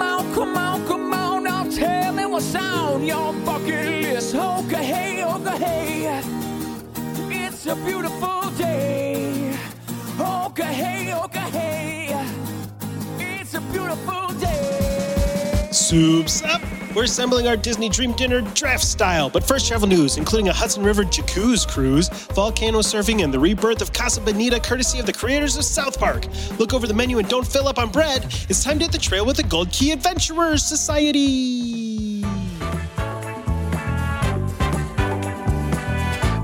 on, come on, come on, now tell me what's on your bucket list. Oh, Okay, hey, okay, hey. It's a beautiful day. Oh, Okay, hey, okay, hey. It's a beautiful day. Soup's up! We're assembling our Disney Dream Dinner draft style, but first travel news, including a Hudson River jacuzzi cruise, volcano surfing, and the rebirth of Casa Bonita, courtesy of the creators of South Park. Look over the menu and don't fill up on bread. It's time to hit the trail with the Gold Key Adventurers Society.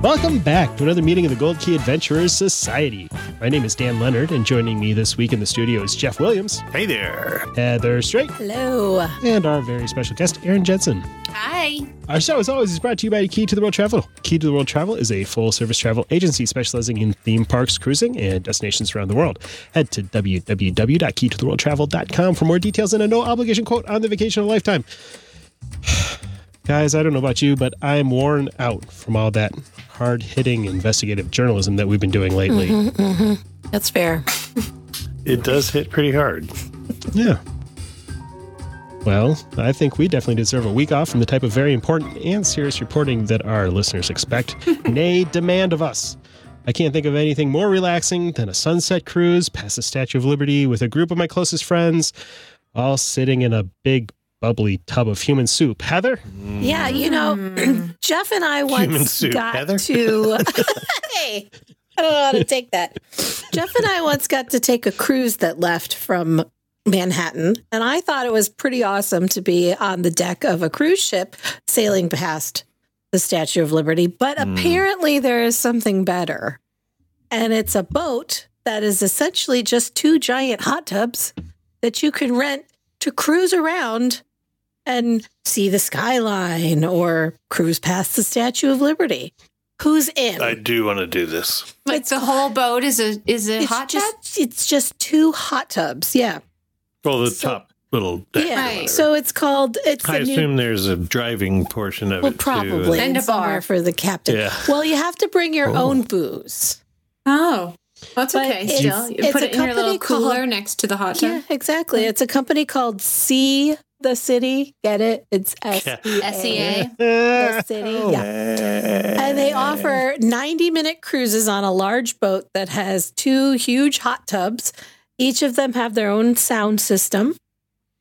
Welcome back to another meeting of the Gold Key Adventurers Society. My name is Dan Leonard, and joining me this week in the studio is Jeff Williams, Hey there. Heather Straight, Hello. and our very special guest, Aaron Jensen. Hi. Our show, as always, is brought to you by Key to the World Travel. Key to the World Travel is a full service travel agency specializing in theme parks, cruising, and destinations around the world. Head to www.keytotheworldtravel.com for more details and a no obligation quote on the vacation of a lifetime. Guys, I don't know about you, but I'm worn out from all that hard hitting investigative journalism that we've been doing lately. That's fair. It does hit pretty hard. Yeah. Well, I think we definitely deserve a week off from the type of very important and serious reporting that our listeners expect, nay, demand of us. I can't think of anything more relaxing than a sunset cruise past the Statue of Liberty with a group of my closest friends, all sitting in a big, bubbly tub of human soup. Heather? Yeah, you know, Jeff and I once Human soup, got Heather. to. hey, I don't know how to take that. Jeff and I once got to take a cruise that left from Manhattan, and I thought it was pretty awesome to be on the deck of a cruise ship sailing past the Statue of Liberty. But Hmm. apparently, there is something better, and it's a boat that is essentially just two giant hot tubs that you can rent to cruise around and see the skyline or cruise past the Statue of Liberty. Who's in? I do want to do this. Like It's- the whole boat is a is a hot tub. just, It's just two hot tubs. Yeah. Well, the So- top little. deck or Yeah. Right. whatever. So it's called, it's I the new assume there's a driving portion of Well, it. probably. Too. And a somewhere bar. for the captain. Yeah. Well, you have to bring your Oh. own booze. Oh, that's But okay. it's- Still, you it's put a it in your company little called- cooler next to the hot Yeah, tub. exactly. It's a company called See the City. Get it? It's S Yeah. E A. SEA. The city. Oh, Yeah. And they offer 90 minute cruises on a large boat that has two huge hot tubs. Each of them have their own sound system.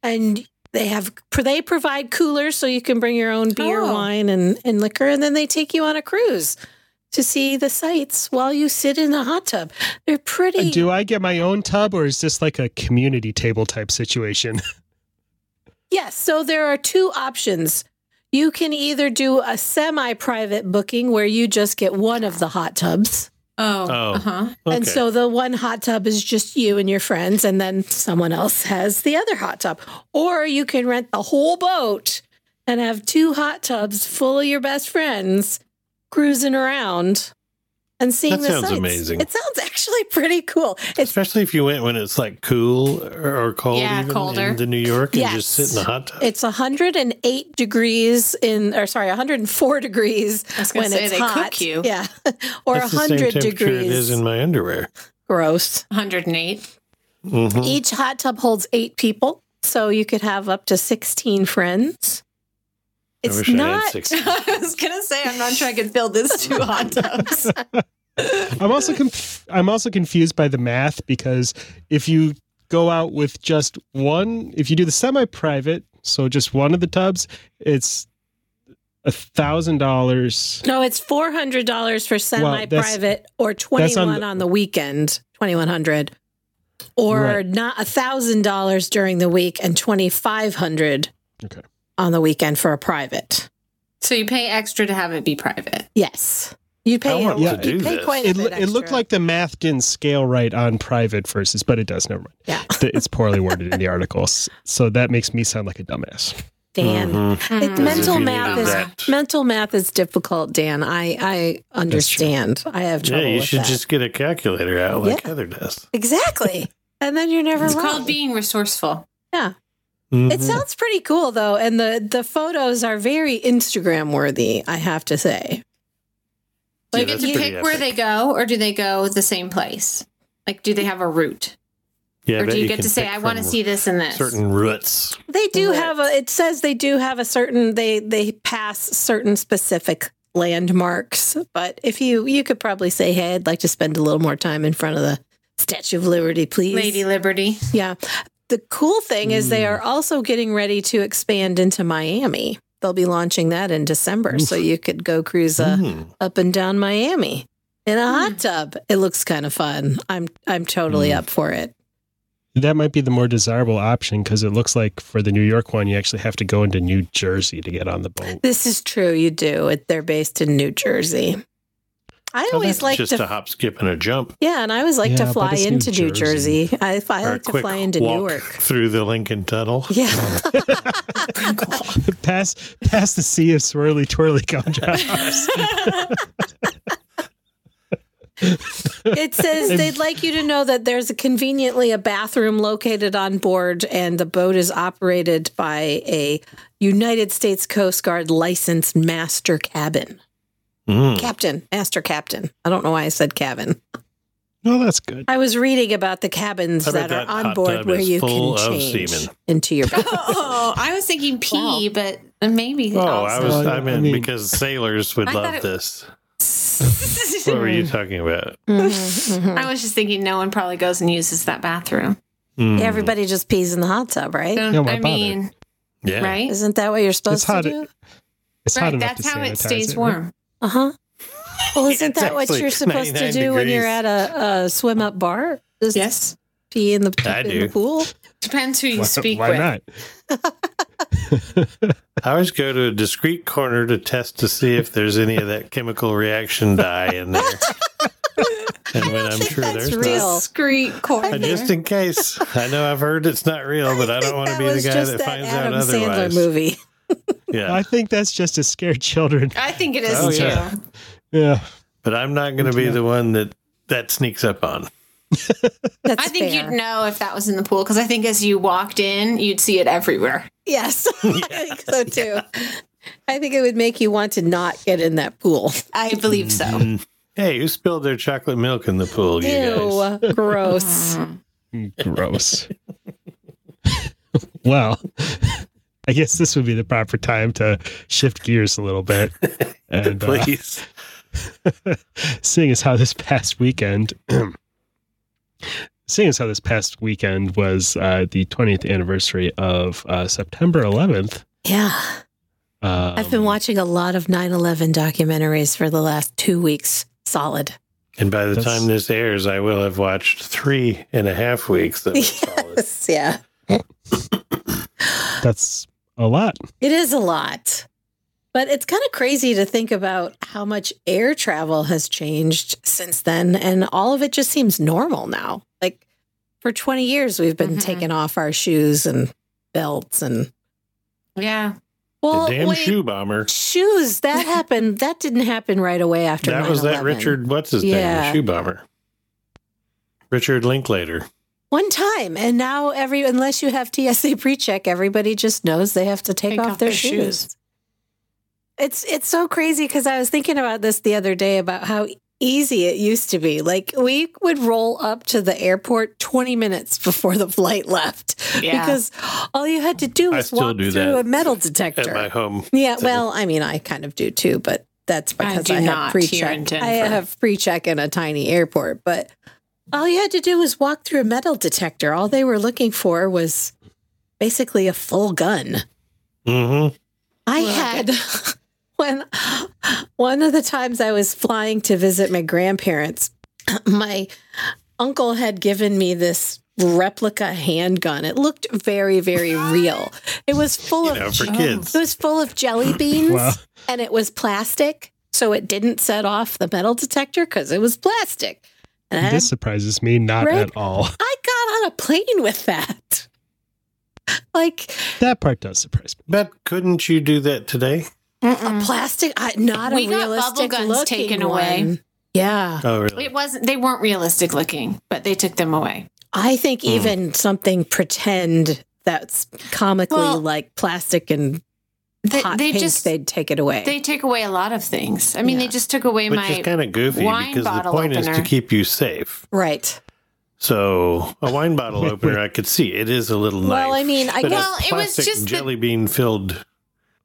And they have they provide coolers so you can bring your own beer, Oh. wine and, and liquor and then they take you on a cruise to see the sights while you sit in a hot tub. They're pretty Do I get my own tub or is this like a community table type situation? Yes. So there are two options. You can either do a semi private booking where you just get one of the hot tubs. Oh, Oh. uh huh. And Okay. so the one hot tub is just you and your friends, and then someone else has the other hot tub. Or you can rent the whole boat and have two hot tubs full of your best friends cruising around and seeing That the sounds sights. amazing. It sounds actually pretty cool. It's Especially if you went when it's like cool or, or cold, Yeah, even colder. in the New York, and Yes. just sit in the hot tub. it's 108 degrees in or sorry 104 degrees I was gonna when say, it's they cook hot you. yeah or That's the 100 same temperature degrees It is in my underwear. gross 108. Mhm. each hot tub holds eight people so you could have up to 16 friends I it's wish I not had six. I was gonna say I'm not sure I could fill this two hot tubs. I'm also conf- I'm also confused by the math because if you go out with just one, if you do the semi-private, so just one of the tubs, it's a thousand dollars. no it's $400 for semi-private or 21 on, on- the weekend 2100 or Right. not $1000 during the week and 2500 Okay. on the weekend for a private so you pay extra to have it be private. Yes. You pay, I want Yeah. to do you pay this. quite a It, bit lo- it looked extra. like the math didn't scale right on private versus, but it does. Never mind. Yeah. Th- It's poorly worded in the articles, so that makes me sound like a dumbass. Dan. Mm-hmm. Hmm. Mm. It, mental you math need is that. mental math is difficult, Dan. I I understand. I have Yeah, trouble. you with should that. just get a calculator out like Yeah. Heather does. exactly, and then you're never It's wrong. called being Mm-hmm. resourceful. yeah, it Mhm. sounds pretty cool though, and the the photos are very Instagram worthy. I have to say. Do you Yeah, get that's to pick pretty where epic. they go, or do they go the same place? Like, do they have a route, Yeah, I or bet do you, get can to say, pick "I want to from see this and this"? certain roots. They do Right. have a. It says they do have a certain. They they pass certain specific landmarks, but if you you could probably say, "Hey, I'd like to spend a little more time in front of the Statue of Liberty, please." Lady Liberty. Yeah. The cool thing is they Mm. are also getting ready to expand into Miami. They'll be launching that in December, so you could go cruise uh, Mhm. up and down Miami in a hot Hmm. tub. It looks kind of fun. I'm I'm totally Mm. up for it. That might be the more desirable option because it looks like for the New York one, you actually have to go into New Jersey to get on the boat. This is true. You do. It, they're based in New Jersey. I Well, always Oh, that's like just to. a hop, skip, and a jump. yeah, and I always like Yeah, to but fly it's New into New Jersey. Jersey. I, I or a like to quick fly into walk Newark. through the Lincoln Tunnel. Yeah. past, past the sea of swirly twirly gumdrops. It says they'd like you to know that there's a conveniently a bathroom located on board, and the boat is operated by a United States Coast Guard licensed master cabin Mm. captain, master captain. I don't know why I said cabin. no, that's good. I was reading about the cabins I bet that are that on hot board tub where is you full can of change semen. into your bath. oh, I was thinking pee, but maybe. Oh, I also. was. Oh, I I mean, mean- because sailors would I thought love it- this. What were you talking about? Mhm, Mm-hmm. mhm. I was just thinking no one probably goes and uses that bathroom. Mm. Everybody just pees in the hot tub, right? So, No, why I bother? mean, yeah. right? Isn't that what you're supposed to hot- do? It's hot Right. enough That's to how sanitize it stays it, right? warm. Uh huh. Well, isn't that what Exactly. you're supposed to 99 do when you're degrees. at a, a swim up bar? Just pee in the, I in do. the pool. Depends who you Why, speak why with. not? I always go to a discreet corner to test to see if there's any of that chemical reaction dye in there. and when I'm think sure that's there's real. not. Discreet Uh, corner. Just in case. I know I've heard it's not real, but I don't want to be the guy that finds out Sandler otherwise. movie. Yeah. I think that's just to scare children. I think it is Oh, too. yeah. Yeah. But I'm not going to be the one that that sneaks up on. That's I think fair. you'd know if that was in the pool because I think as you walked in, you'd see it everywhere. Yes, I think so too. I think it would make you want to not get in that pool. I believe so. Mm-hmm. Hey, who spilled their chocolate milk in the pool, you guys? Ew, gross. Gross. well, I guess this would be the proper time to shift gears a little bit. And uh, Please. seeing as how this past weekend, seeing as how this past weekend was uh, the 20th anniversary of uh, September 11th. Yeah, Um, I've been watching a lot of 9/11 documentaries for the last two weeks solid. And by the That's- time this airs, I will have watched three and a half weeks of solid. Yes, yeah, That's a lot. it is a lot, but it's kind of crazy to think about how much air travel has changed since then, and all of it just seems normal now. Like for 20 years, we've been Mhm. taking off our shoes and belts and Yeah. Well, the damn wait, shoe bomber. shoes that happened. That didn't happen right away after That was that 9/11. Richard, what's his Yeah. name? The shoe bomber. Richard Linklater. One time, and now every unless you have TSA pre-check, everybody just knows they have to take, off, their, shoes. It's it's so crazy because I was thinking about this the other day about how easy it used to be. Like we would roll up to the airport twenty minutes before the flight left Yeah. because all you had to do I was still walk through do that a metal At detector. my home. Yeah, So- well, I mean, I kind of do too, but that's I because do I, have not here pre in check. I Denver. have pre check in a tiny airport, but all you had to do was walk through a metal detector. All they were looking for was basically a full gun. hmm I Well, had when one of the times I was flying to visit my grandparents, my uncle had given me this replica handgun. It looked very, very real. It was full You of know, for Oh. kids. it was full of jelly beans Wow. and it was plastic. So it didn't set off the metal detector because it was plastic. And I- This surprises me not Right? at all. I got on a plane with that. Like That part does surprise me. But couldn't you do that today? a plastic, I, not Mm. We a got realistic bubble guns looking taken away. one. Yeah, Oh, really? It wasn't. They weren't realistic looking, but they took them away. I think even something pretend that's comically Well, like plastic and They, hot they pink, just they, they'd take it away. take away a lot of things. I mean, Yeah. they just took away Which my is kind of goofy wine because the bottle point is to opener. keep you safe. right. So a wine bottle opener, I could see it is a little knife. Well, I mean, I but a guess Well, it was plastic just the- jelly bean filled.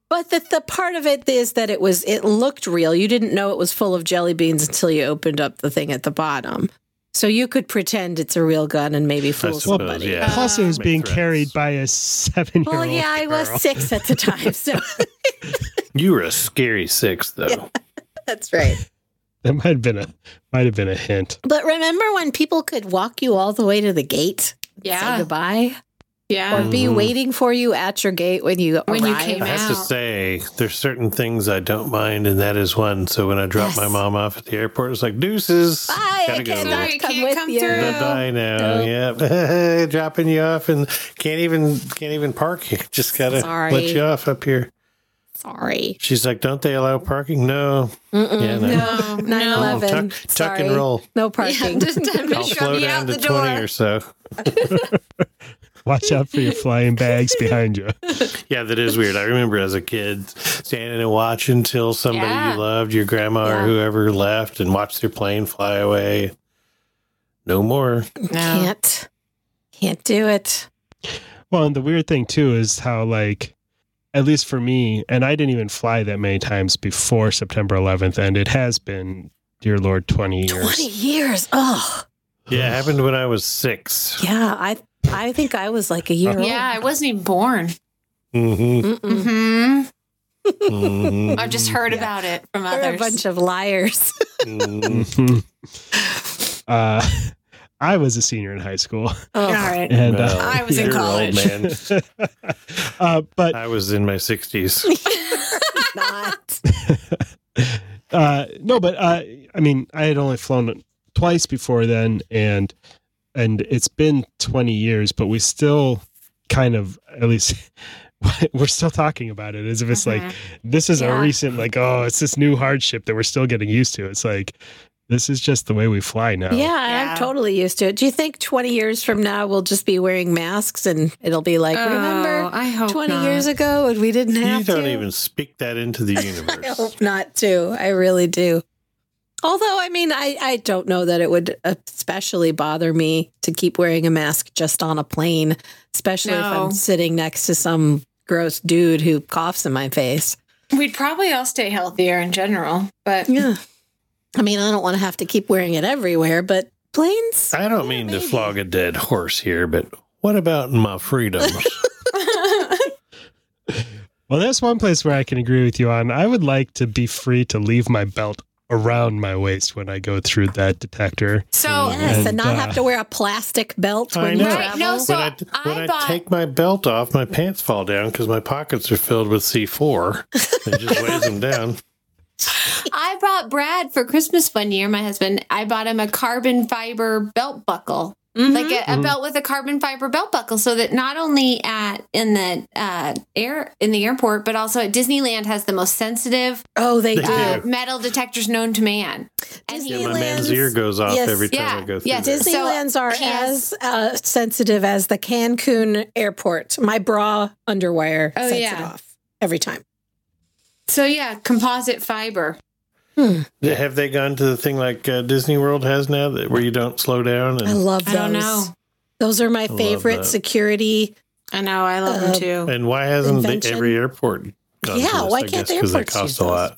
But the, the part of it is that it was it looked real. You didn't know it was full of jelly beans until you opened up the thing at the bottom. So you could pretend it's a real gun and maybe fool suppose, somebody. yeah. Plus, it was Make being threats. carried by a seven-year-old. Well, yeah, I was girl. six at the time, so You were a scary six, though. that's right. That might have been a might have been a hint. But remember when people could walk you all the way to the gate, say yeah, goodbye, yeah. or be Mhm. waiting for you at your gate when you When you arrived? came I have to out. say, there's certain things I don't mind, and that is one. So when I dropped my Yes. mom off at the airport, it's like deuces. Bye, I cannot Sorry, come can't with come you. through. Bye bye now. Yep, dropping you off and can't even can't even park. You just gotta Sorry. let you off up here. Sorry. She's like, "Don't they allow parking?" No. Yeah, no. No, no. 9/11. Tuck, tuck Sorry. and roll. No parking. Just to I'll make sure slow I'm down out to the twenty door. or so. Watch out for your flying bags behind you. Yeah, that is weird. I remember as a kid standing and watching till somebody Yeah. you loved, your grandma or Yeah. whoever, left and watched their plane fly away. No more. Can't. Can't do it. Well, and the weird thing too is how like at least for me, and I didn't even fly that many times before September 11th, and it has been, dear Lord, 20 years. 20 years. Oh, Yeah, it happened when I was six. yeah. I I think I was like a year old. Yeah, I wasn't even born. Mm-hmm. Mm-mm. hmm Mhm. I've just heard about it from We're others. a bunch of liars. Mm-hmm. Mhm. Mhm. uh, I was a senior in high school, Oh, right. and Well, uh, I was in you're college. Old, man. uh, but I was in my 60s. not. uh, no, but uh, I mean, I had only flown twice before then, and and it's been 20 years, but we still kind of at least we're still talking about it as if it's Uh-huh. Mhm. like this is Yeah. a recent like oh it's this new hardship that we're still getting used to. It's like this is just the way we fly now. Yeah, I'm Yeah. totally used to it. Do you think 20 years from now we'll just be wearing masks and it'll be like, Oh, remember I hope 20 not. years ago and we didn't have You don't to? even speak that into the I universe. hope not to. I really do. Although, I mean, I, I don't know that it would especially bother me to keep wearing a mask just on a plane, especially if No. I'm sitting next to some gross dude who coughs in my face. We'd probably all stay healthier in general, but Yeah. I mean, I don't want to have to keep wearing it everywhere, but planes? I don't mean to flog a dead horse here, but what about my freedoms? Well, that's one place where I can agree with you on. I would like to be free to leave my belt around my waist when I go through that detector. so Yes, and, And, not uh, have to wear a plastic belt I when you know. Right, travel. no, so when I, I when I, thought- take my belt off, my pants fall down because my pockets are filled with C4. It just weighs them down. I bought Brad for Christmas one year, my husband. I bought him a carbon fiber belt buckle, Mm-hmm. like a, a Mm-hmm. Mhm. belt with a carbon fiber belt buckle, so that not only at in the uh, air in the airport, but also at Disneyland has the most sensitive Oh, they They do. uh, do. metal detectors known to man. And he- Yeah, my Disneyland. man's ear goes off Yes. every time Yeah. I go through Yeah, there. Disney- Disneylands are yes. as uh, sensitive as the Cancun airport. My bra underwire Oh, sets it yeah. off every time. so yeah, composite fiber. Have they gone to the thing like uh, Disney World has now that, where you don't slow down? I And, love those. I don't know. Those are my love favorite that. security. I know. I love Uh, them too. and why hasn't the, Invention. every airport gone Yeah, to this, why I can't guess, the 'cause they airports cost do a those? lot.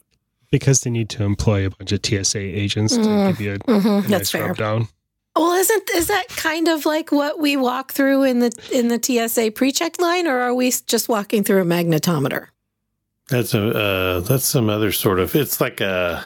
because they need to employ a bunch of TSA agents Mm. to give you a Mm-hmm. Mhm, nice that's fair. rub down. Well, isn't is that kind of like what we walk through in the in the TSA pre-check line, or are we just walking through a magnetometer? That's a uh, that's some other sort of. It's like a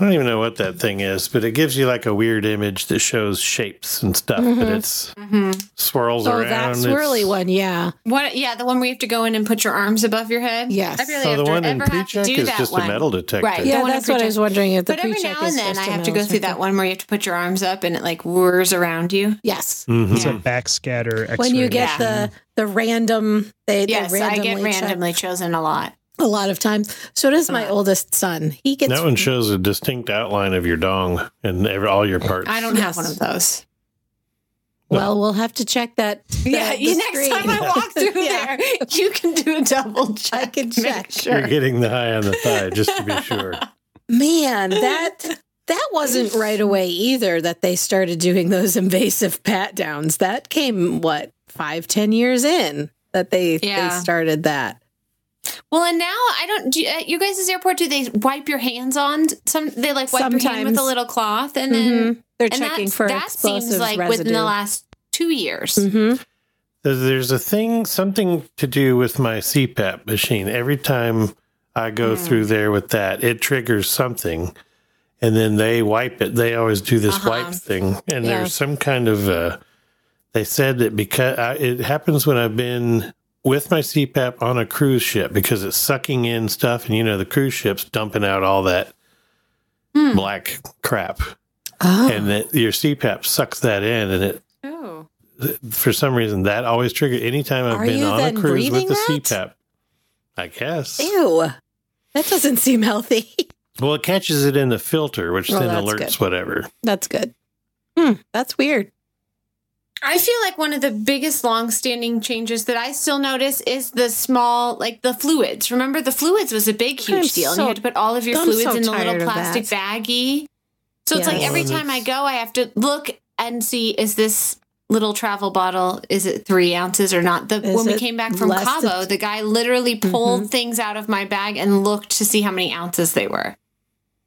I don't even know what that thing is, but it gives you like a weird image that shows shapes and stuff, but Mhm. it's Mm-hmm. swirls Oh, around. that It's- swirly one. Yeah. What? Yeah, the one where you have to go in and put your arms above your head. Yes. I barely Oh, have the to one in ever have to Pre-Check do is that just one. a metal detector. Right. The Yeah, one in that's what I pre-check. was wondering. If the but every now pre-check and is then, I just a have to go metal through that detector. one where you have to put your arms up and it like whirs around you. Yes. Mhm. It's a backscatter. X-ray When you get machine. the the random, they, they yes, I randomly get check randomly chosen a lot. a lot of times. So does Uh. my oldest son. He gets That one shows a distinct outline of your dong and every, all your parts. I don't Yes. have one of those. Well, we'll have to check that. the- yeah, you, the next screen. time I walk through Yeah. there, you can do a double check. I can Make check. sure. You're getting the high on the thigh, just to be sure. Man, that that wasn't right away either. That they started doing those invasive pat downs. That came what five, ten years in that they Yeah. they started that. Well, and now I don't. Do, at you guys' airport, do they wipe your hands on? Some they like wipe your hand with Sometimes. a little cloth, and then Mhm. They're and checking that's- for that explosives seems like residue. within the last two years. Mhm. There's- There's a thing, something to do with my CPAP machine. Every time I go Hmm. through there with that, it triggers something, and then they wipe it. They always do this Uh-huh. wipe thing, and Yeah. there's some kind of. Uh, they said that because I, it happens when I've been with my CPAP on a cruise ship because it's sucking in stuff, and you know the cruise ship's dumping out all that Hmm. black crap, Oh. and that your CPAP sucks that in, and it Oh. for some reason that always triggers anytime I've Are been you on then a cruise with breathing the that? CPAP. I guess. Ew, that doesn't seem healthy. Well, it catches it in the filter, which Well, then that's alerts good. whatever. that's good. Hmm, that's weird. I feel like one of the biggest long-standing changes that I still notice is the small, like the fluids. Remember, the fluids was a big, huge I'm deal, and so- you had to put all of your I'm fluids so in the tired little of plastic baggie. So it's like Yes. every Oh, time I that's- go, I have to look and see is this little travel bottle is it three ounces or not? The Is when we it came back from less than- Mm-hmm. Cabo, the guy literally pulled things out of my bag and looked to see how many ounces they were.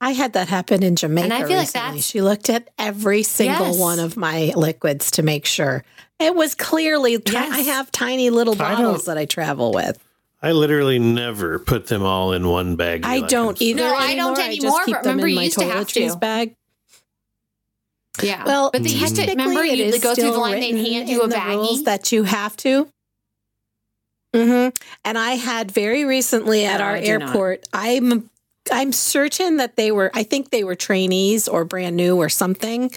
I had that happen in Jamaica And I feel like recently. that's- she looked at every single Yes. one of my liquids to make sure it was clearly. ti- Yes. I have tiny little I bottles don't- that I travel with. I literally never put them all in one bag. I don't either. No, I anymore. don't I anymore, just keep but them remember in you my used to have toiletries to. bag. Yeah. Well, but they used to technically remember it you is to go through the still line, they'd written hand you a in the baggie. rules that you have to. hmm And I had very recently at No, our I do not. airport. I'm I'm certain that they were. I think they were trainees or brand new or something.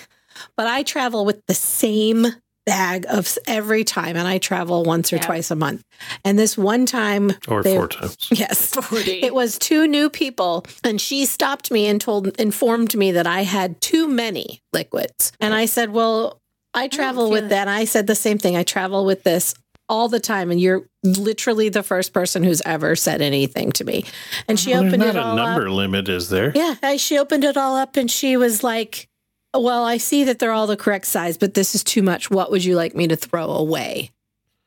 But I travel with the same bag of s- every time, and I travel once or Yeah. twice a month. And this one time, Or They- four times. yes, Forty. it was two new people, and she stopped me and told informed me that I had too many liquids. And I said, "Well, Oh, I travel feel with it. that." And I said the same thing. I travel with this all the time, and you're literally the first person who's ever said anything to me. And she Well, there's opened not it a all up. number limit, is there? Yeah, and she opened it all up, and she was like. Well, I see that they're all the correct size, but this is too much. What would you like me to throw away?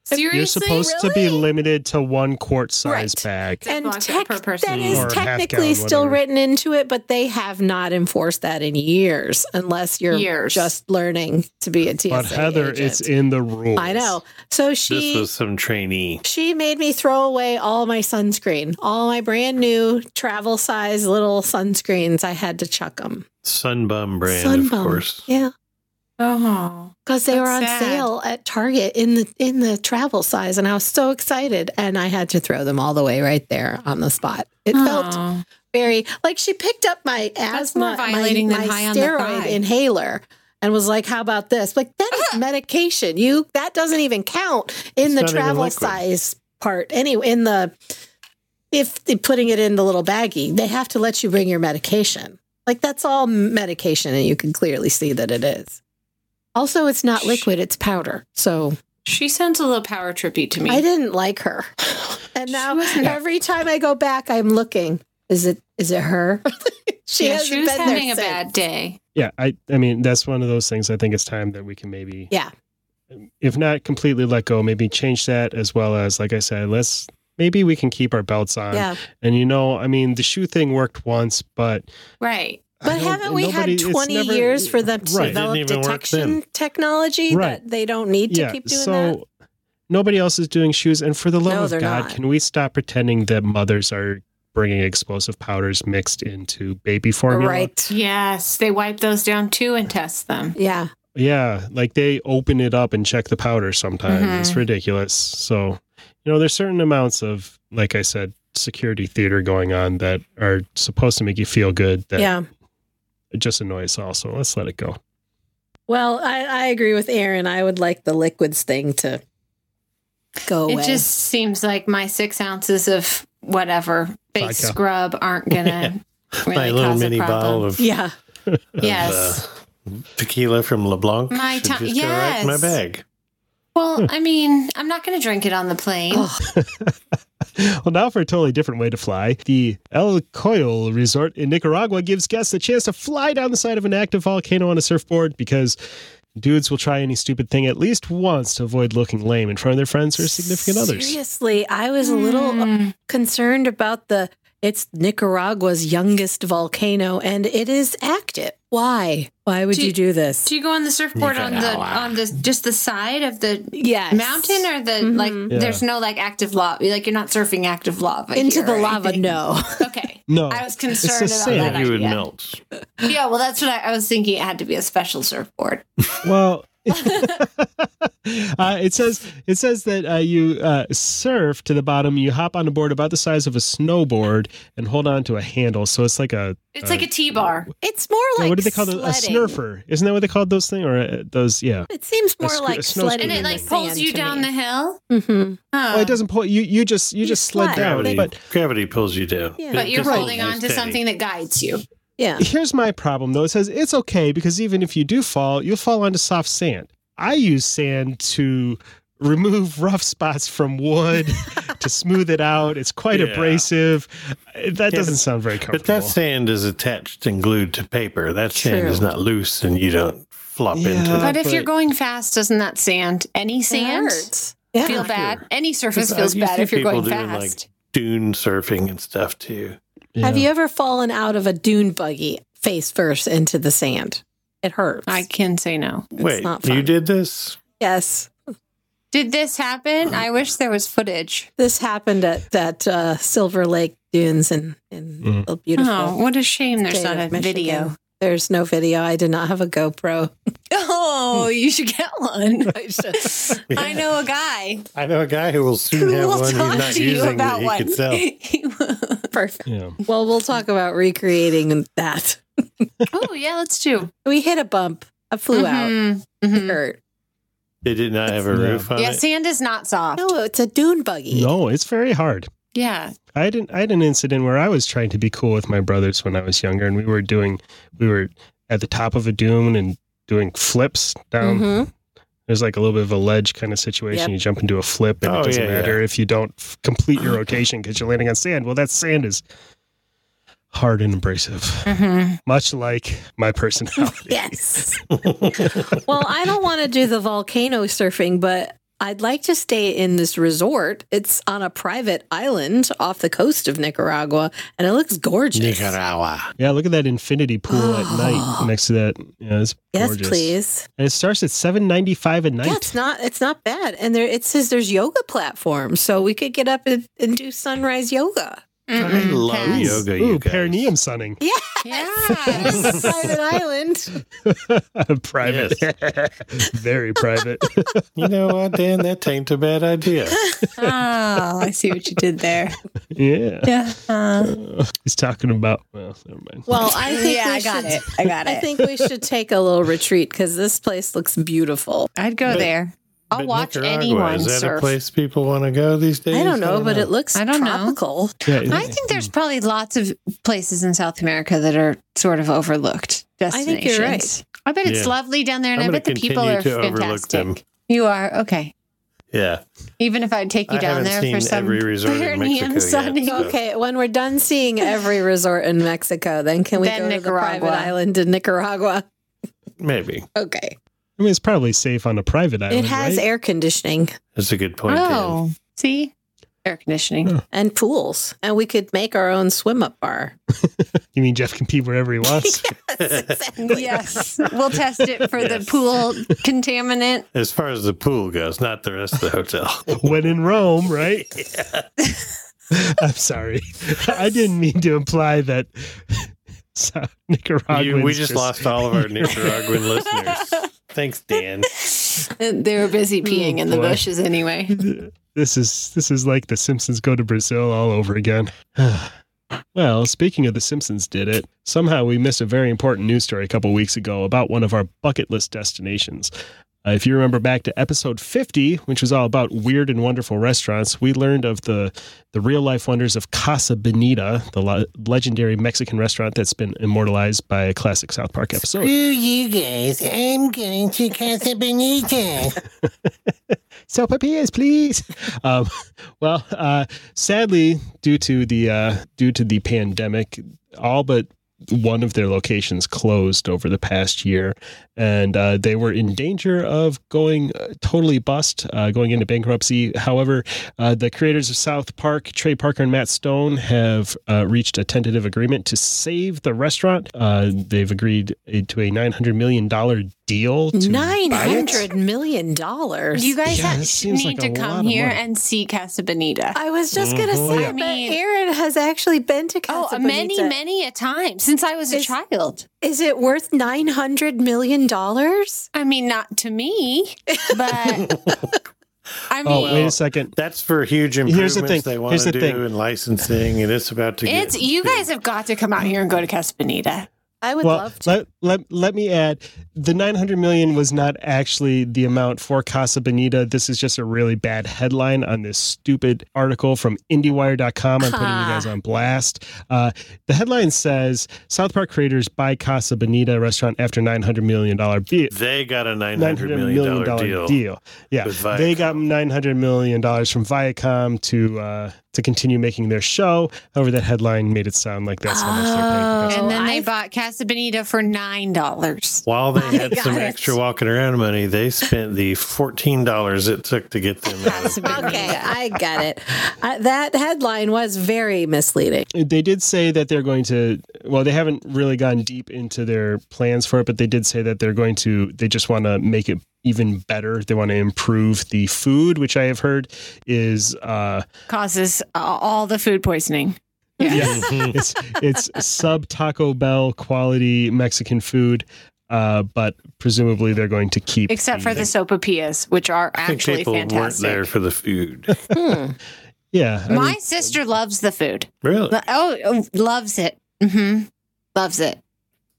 Seriously, You're supposed to be limited to one quart size Right. bag. Ziploc and bag per tech- that person. is Or half technically gallon, still whatever. written into it, but they have not enforced that in years, unless you're Years. just learning to be a TSA. But Heather, agent. it's in the rules. I know. So This she was some trainee. she made me throw away all my sunscreen, all my brand new travel size little sunscreens. I had to chuck them. Sunbum brand, of course. Yeah, Oh. because they That's were on sad. sale at Target in the in the travel size, and I was so excited, and I had to throw them all the way right there on the spot. It felt Oh. very like she picked up my That's asthma, more violating my, than my high on the steroid thigh. Uh-huh. inhaler, and was like, "How about this?" Like that is medication. You that doesn't even count in It's the not even travel liquid. size part. Anyway, in the if they're putting it in the little baggie, they have to let you bring your medication. Like that's all medication, and you can clearly see that it is. Also, it's not liquid; it's powder. So She sounds a little power trippy to me. I didn't like her, and now every time I go back, I'm looking. Is it is it her? she yeah, hasn't she was been having there a since. bad day. Yeah, I I mean that's one of those things I think it's time that we can maybe Yeah. If not completely let go, maybe change that as well as like I said, let's maybe we can keep our belts on. Yeah, And you know, I mean the shoe thing worked once, but Right. I but don't- haven't we nobody- had it's 20 never- years for them to Right. It develop didn't even work detection then. technology Right. that they don't need to keep doing so that? nobody else is doing shoes and for the love No, of they're god not. can we stop pretending that mothers are bringing explosive powders mixed into baby formula. Right. Yes, they wipe those down too and test them. Yeah. Yeah, like they open it up and check the powder sometimes. It's Mm-hmm. ridiculous. So, you know, there's certain amounts of, like I said, security theater going on that are supposed to make you feel good that Yeah. it just annoys us. So let's let it go. Well, I, I agree with Aaron. I would like the liquids thing to go away. It just seems like my six ounces of whatever face Vodka. scrub aren't gonna really My little cause mini a problem. bottle of yeah. yes. tequila from LeBlanc My should ti- just go right in my yes. bag. well, I mean, I'm not gonna drink it on the plane. Well, now for a totally different way to fly. The El Coyol Resort in Nicaragua gives guests a chance to fly down the side of an active volcano on a surfboard because dudes will try any stupid thing at least once to avoid looking lame in front of their friends or significant others. Seriously, I was a little uh, Mm. concerned about the. It's Nicaragua's youngest volcano, and it is active. Why? Why would Do- you do this? Do you go on the surfboard on the Nicaragua. on the just the side of the Yes, mountain or the like? Yeah. There's no like active lava. Like you're not surfing active lava into here the or lava. anything. No, Okay. Oh, No. I was It's concerned the about Oh, sand. that. You would idea. melt. Yeah, well, that's what I, I was thinking. It had to be a special surfboard. Well, uh, it says it says that uh, you uh, surf to the bottom. You hop on a board about the size of a snowboard and hold on to a handle. So it's like a It's like a T bar. it's more like what do they call those? A sledding. snurfer? Isn't that what they called those things? Or uh, those? Yeah. It seems more sc- like a snow sledding. And it like pulls you down the Oh. hill. the. Oh. hmm Huh. Well, it doesn't pull you. You just you, You just slide slide. down. Gravity, But gravity pulls you down. Yeah. But It you're just holding stays on to steady. something that guides you. Yeah. here's my problem though. It says it's okay because even if you do fall, you'll fall onto soft sand. I use sand to remove rough spots from wood to smooth it out. It's quite Yeah. abrasive. Uh, That Yeah, doesn't but- sound very comfortable. But that sand is attached and glued to paper. That sand True. is not loose, and you don't flop Yeah. into it. But if but- you're going fast, doesn't that sand, any sand, Yeah. feel bad? Any surface Because, uh, feels you bad see if you're going people doing, like, fast. dune surfing and stuff too. Have you ever fallen out of a dune buggy face first into the sand? It hurts. I can say no. Wait, not you fun. did this? yes. Did this happen? Uh-huh. I wish there was footage. This happened at that uh, Silver Lake dunes in, in Mm. the beautiful. Oh, what a shame there's state not a of Michigan. video. There's no video. I did not have a GoPro. Hmm. Oh, you should get one. I should- I know a guy I know a guy who will soon have one he's not using that he could sell. Perfect. Yeah. Well, we'll talk about recreating that. oh yeah, let's do. We hit a bump. I flew out. Mhm, It mhm. hurt. They did not have a Yeah. roof on Yeah, it. sand is not soft. No, it's a dune buggy. No, it's very hard. Oh, Yeah, I had an I had an incident where I was trying to be cool with my brothers when I was younger, and we were doing we were at the top of a dune and doing flips down. Mhm. There's like a little bit of a ledge kind of situation. Yep. You jump into a flip, and Oh, it doesn't yeah, matter if you don't f- complete your rotation because you're landing on sand. Well, that sand is hard and abrasive, Mm-hmm. much like my personality. Yes. well, I don't want to do the volcano surfing, but I'd like to stay in this resort. It's on a private island off the coast of Nicaragua, and it looks gorgeous. Nicaragua. yeah, look at that infinity pool at night next to that. Yeah, it's Yes, gorgeous. please. And it starts at seven ninety five at night. Yeah, it's not it's not bad, and there it says there's yoga platforms, so we could get up and, and do sunrise yoga. I love pass. yoga. Ooh, you guys. perineum sunning. Yeah. private island. private, very private. You know what, Dan? That ain't a bad idea. oh, I see what you did there. Uh-huh. yeah, Yeah. he's talking about. Well, never mind. Well, I think yeah, we I got should, it. I got it. I think we should take a little retreat because this place looks beautiful. I'd go there. I'll But watch Nicaragua, anyone Is that surf. a place people want to go these days? I don't know, but it looks I don't know. tropical. Yeah, yeah. I think Hmm. there's probably lots of places in South America that are sort of overlooked I destinations. think you're right. I bet it's Yeah. lovely down there, and I'm I gonna bet the people continue are to overlook fantastic. them. You are okay. Yeah. Even if I would take you I down haven't there seen for some every resort in Mexico perineum yet, sunning. so- Okay, when we're done seeing every resort in Mexico, then can we Then go to the Nicaragua. private island in Nicaragua? Maybe. Okay. I mean, it's probably safe on a private island. it has right? air conditioning That's a good point. Dan. Oh, see, air conditioning. and pools, and we could make our own swim up bar. You mean Jeff can pee wherever he wants? yes, we'll test it for the Yes. pool contaminant. As far as the pool goes, not the rest of the hotel. when in Rome, right? I'm sorry. I didn't mean to imply that so, Nicaragua. You, we just, lost all of our Nicaraguan listeners. Thanks, Dan. They were busy Hmm. peeing in the boy. bushes anyway. This is this is like the Simpsons go to Brazil all over again. well, speaking of the Simpsons did it, somehow we missed a very important news story a couple weeks ago about one of our bucket list destinations. Uh, if you remember back to episode 50, which was all about weird and wonderful restaurants, we learned of the the real life wonders of Casa Bonita, the le- legendary Mexican restaurant that's been immortalized by a classic South Park episode. you guys, I'm going to Casa Bonita. So papillas, please. um, well, uh, sadly, due to the uh, due to the pandemic, all but one of their locations closed over the past year, and uh, they were in danger of going uh, totally bust, uh, going into bankruptcy. However, uh, the creators of South Park, Trey Parker and Matt Stone, have uh, reached a tentative agreement to save the restaurant. Uh, they've agreed to a nine hundred million dollar deal. To Nine buy it. hundred million dollars. You guys Yeah, ha- this seems need like a to lot come of here money. and see Casa Bonita. I was just gonna Mhm. say I mean- that Aaron has actually been to Oh, Casa a many, Bonita. many a time since I was a Is- child. Is it worth nine hundred million dollars? I mean, not to me, but I mean, Oh, wait a second. That's for huge Here's improvements the thing. they want Here's to the do thing. and licensing, and it's about to get. it's you guys have got to come out here and go to Casa Bonita. I would well, love to. let, let, let me add the 900 million was not actually the amount for Casa Bonita. This is just a really bad headline on this stupid article from IndieWire.com. I'm putting you guys on blast. Uh, the headline says South Park creators buy Casa Bonita restaurant after $900 million be- They got a nine $900 hundred million dollar deal. Yeah, with they Viacom. got nine hundred million dollars from Viacom to uh, to continue making their show. However, that headline made it sound like that's how much they're paying. for this. Oh, and then they I've- bought Casa Bonita for nine dollars. While they I had some got it. extra walking around money, they spent the fourteen dollars it took to get them out. of there. Okay, I got it. Uh, that headline was very misleading. They did say that they're going to. Well, they haven't really gone deep into their plans for it, but they did say that they're going to. They just want to make it even better. They want to improve the food, which I have heard is uh, Causes a- all the food poisoning. yeah, it's it's sub Taco Bell quality Mexican food. Uh, but presumably they're going to keep except for the sopapillas, which are I think actually people fantastic. weren't there for the food. yeah I mean, My sister loves the food. Really? Lo- Oh, loves it. hmm Loves it.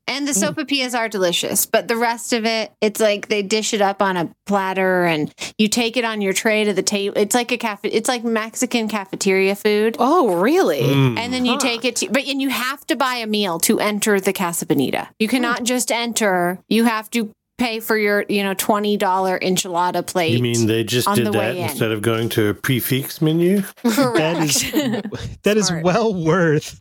And the sopapillas are delicious, but the rest of it, it's like they dish it up on a platter, and you take it on your tray to the table. It's like a cafe. It's like Mexican cafeteria food. Oh, really? And then you Huh. take it to, but and you have to buy a meal to enter the Casa Bonita. You cannot just enter. You have to pay for your, you know, twenty dollar enchilada plate. You mean they just on did the that way in. instead of going to a prefix menu? that correct? is that is Smart. well worth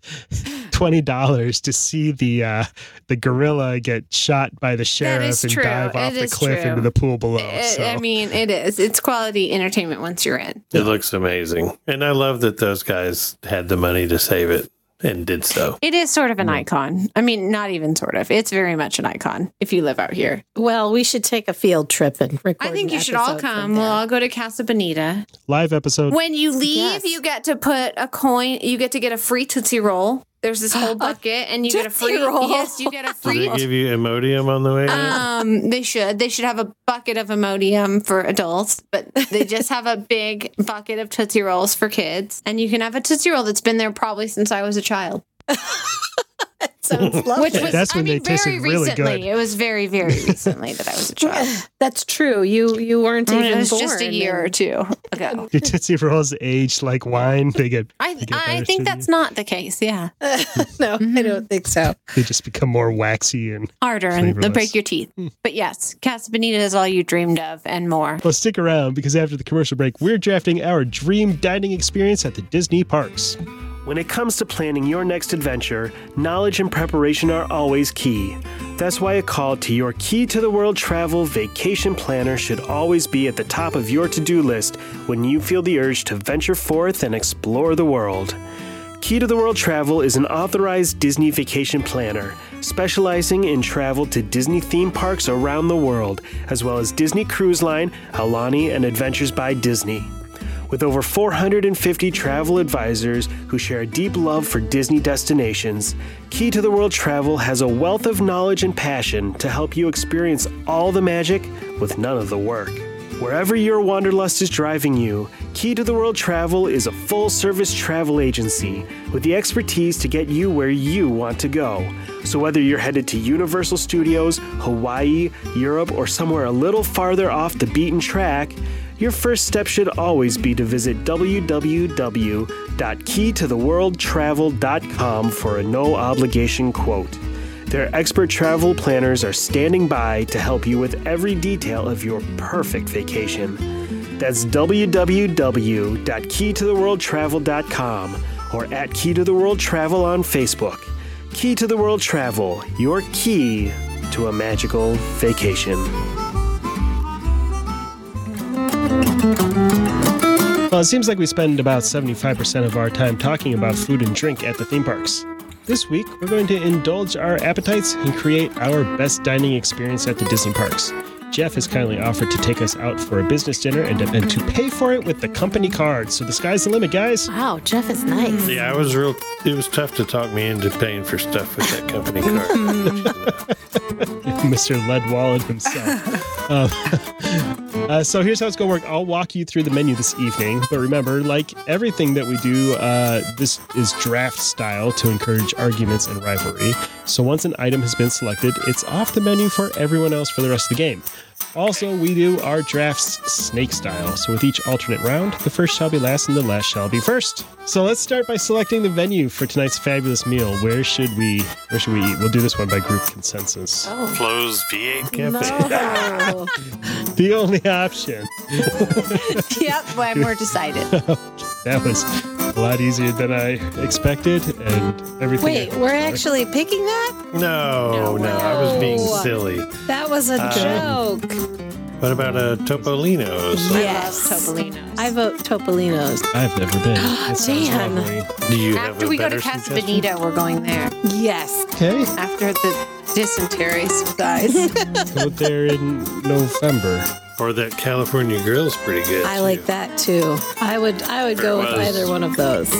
twenty dollars to see the uh, the gorilla get shot by the sheriff is and true. dive off It the is cliff true. into the pool below. It- Oh, so. I mean, it is. It's quality entertainment once you're in. It looks amazing. And I love that those guys had the money to save it and did so. It is sort of an icon. I mean, not even sort of. It's very much an icon if you live out here. Well, we should take a field trip and record. I think an you should all episode from come. there. We'll all go to Casa Bonita. live episode. When you leave, Yes. you get to put a coin. You get to get a free Tootsie Roll. There's this whole bucket, and you get a Tootsie free. Roll. Yes, you get a Did free. they give you Imodium on the way? in? um, they should. They should have a bucket of Imodium for adults, but they just have a big bucket of Tootsie Rolls for kids, and you can have a Tootsie Roll that's been there probably since I was a child. Sounds lovely. Which was, That's when I mean, they tasted very really recently. good. It was very, very recently that I was a child. That's true. You you weren't I mean, even Mm, it was born. just a year or and- two ago. Your Tootsie Rolls age like wine. They get I, they get I better think soon. that's not the case. Yeah. no, I don't think so. they just become more waxy and Harder and they'll Flavorless. break your teeth. But yes, Casa Bonita is all you dreamed of and more. Well, stick around because after the commercial break, we're drafting our dream dining experience at the Disney parks. When it comes to planning your next adventure, knowledge and preparation are always key. That's why a call to your Key to the World Travel Vacation Planner should always be at the top of your to do list when you feel the urge to venture forth and explore the world. Key to the World Travel is an authorized Disney vacation planner specializing in travel to Disney theme parks around the world, as well as Disney Cruise Line, Alani, and Adventures by Disney. with over 450 travel advisors who share a deep love for Disney destinations, Key to the World Travel has a wealth of knowledge and passion to help you experience all the magic with none of the work. Wherever your wanderlust is driving you, Key to the World Travel is a full service travel agency with the expertise to get you where you want to go. So, whether you're headed to Universal Studios, Hawaii, Europe, or somewhere a little farther off the beaten track, your first step should always be to visit www.keytotheworldtravel.com for a no obligation quote. Their expert travel planners are standing by to help you with every detail of your perfect vacation. That's www.keytotheworldtravel.com or at Key to the World Travel on Facebook. Key to the World Travel, your key to a magical vacation. Well, it seems like we spend about 75% of our time talking about food and drink at the theme parks. This week, we're going to indulge our appetites and create our best dining experience at the Disney parks. Jeff has kindly offered to take us out for a business dinner and, and to pay for it with the company card. So the sky's the limit, guys. Wow, Jeff is nice. Yeah, I was real. It was tough to talk me into paying for stuff with that company card. Mr. Lead Wallet himself. Um, uh, so here's how it's going to work. I'll walk you through the menu this evening, but remember, like everything that we do, uh, this is draft style to encourage arguments and rivalry. So once an item has been selected, it's off the menu for everyone else for the rest of the game. Also, we do our drafts snake style. So with each alternate round, the first shall be last and the last shall be first. So let's start by selecting the venue for tonight's fabulous meal. Where should we where should we eat? We'll do this one by group consensus. Flo's V8 campaign. No. The only option. yep, well, we're decided. That was a lot easier than I expected and everything. Wait, I- we're actually picking that? No, no, I was being No. silly. That was a Uh, joke. What about a Topolino's? Yes. I vote Topolino's. I've never been. Oh, It sounds Dan. lovely. Do you have After a we go better to Casa suggestion? Bonita, we're going there. Yes. Okay. After the dysentery subsides. Go there in November. Or that California grill's pretty good. I like that too. I would I would go with There was- either one of those.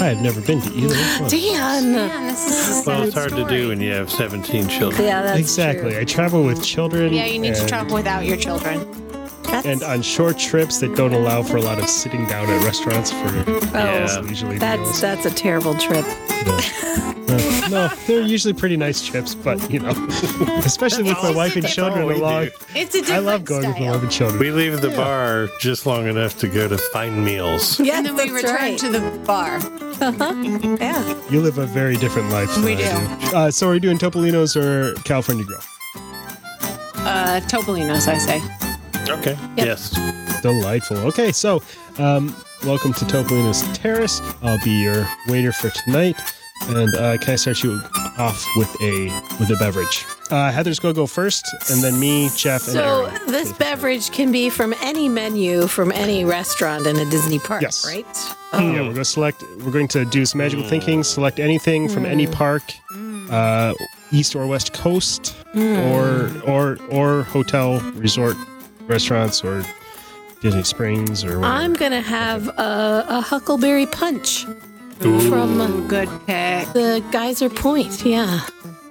I've never been to either one. Dan. Man, this is a Well, it's sad hard to story. do when you have 17 children. Yeah, that's Exactly. true. I travel with children. Yeah, you need to and- travel without your children. That's, and on short trips that don't allow for a lot of sitting down at restaurants Oh, for Yeah. leisurely that's meals. that's a terrible trip. No, no, they're usually pretty nice trips, but you know, especially with my wife and That's children all Oh, we along. do. It's a different I love going with my style. wife and children. We leave the bar just long enough to go to fine meals. Yes, and then we that's return right. to the bar. yeah. You live a very different life than We I do. do. Uh, so are you doing Topolino's or California Grill? Uh, Topolino's, I say. Okay. Yes. Delightful. Okay, so um, welcome to Topolino's Terrace. I'll be your waiter for tonight, and uh, can I start you off with a with a beverage? Uh, Heather's gonna go first, and then me, Jeff, and So Aaron. this beverage can be from any menu from any restaurant in a Disney park, Yes. right? Hmm. Yeah, we're going to select. We're going to do some magical thinking. Select anything from any Hmm. park, uh, east or west coast, Hmm. or or or hotel, resort, restaurants, or Disney Springs, or whatever. I'm gonna have a, a huckleberry punch from Good pick. the Geyser Point. Yeah.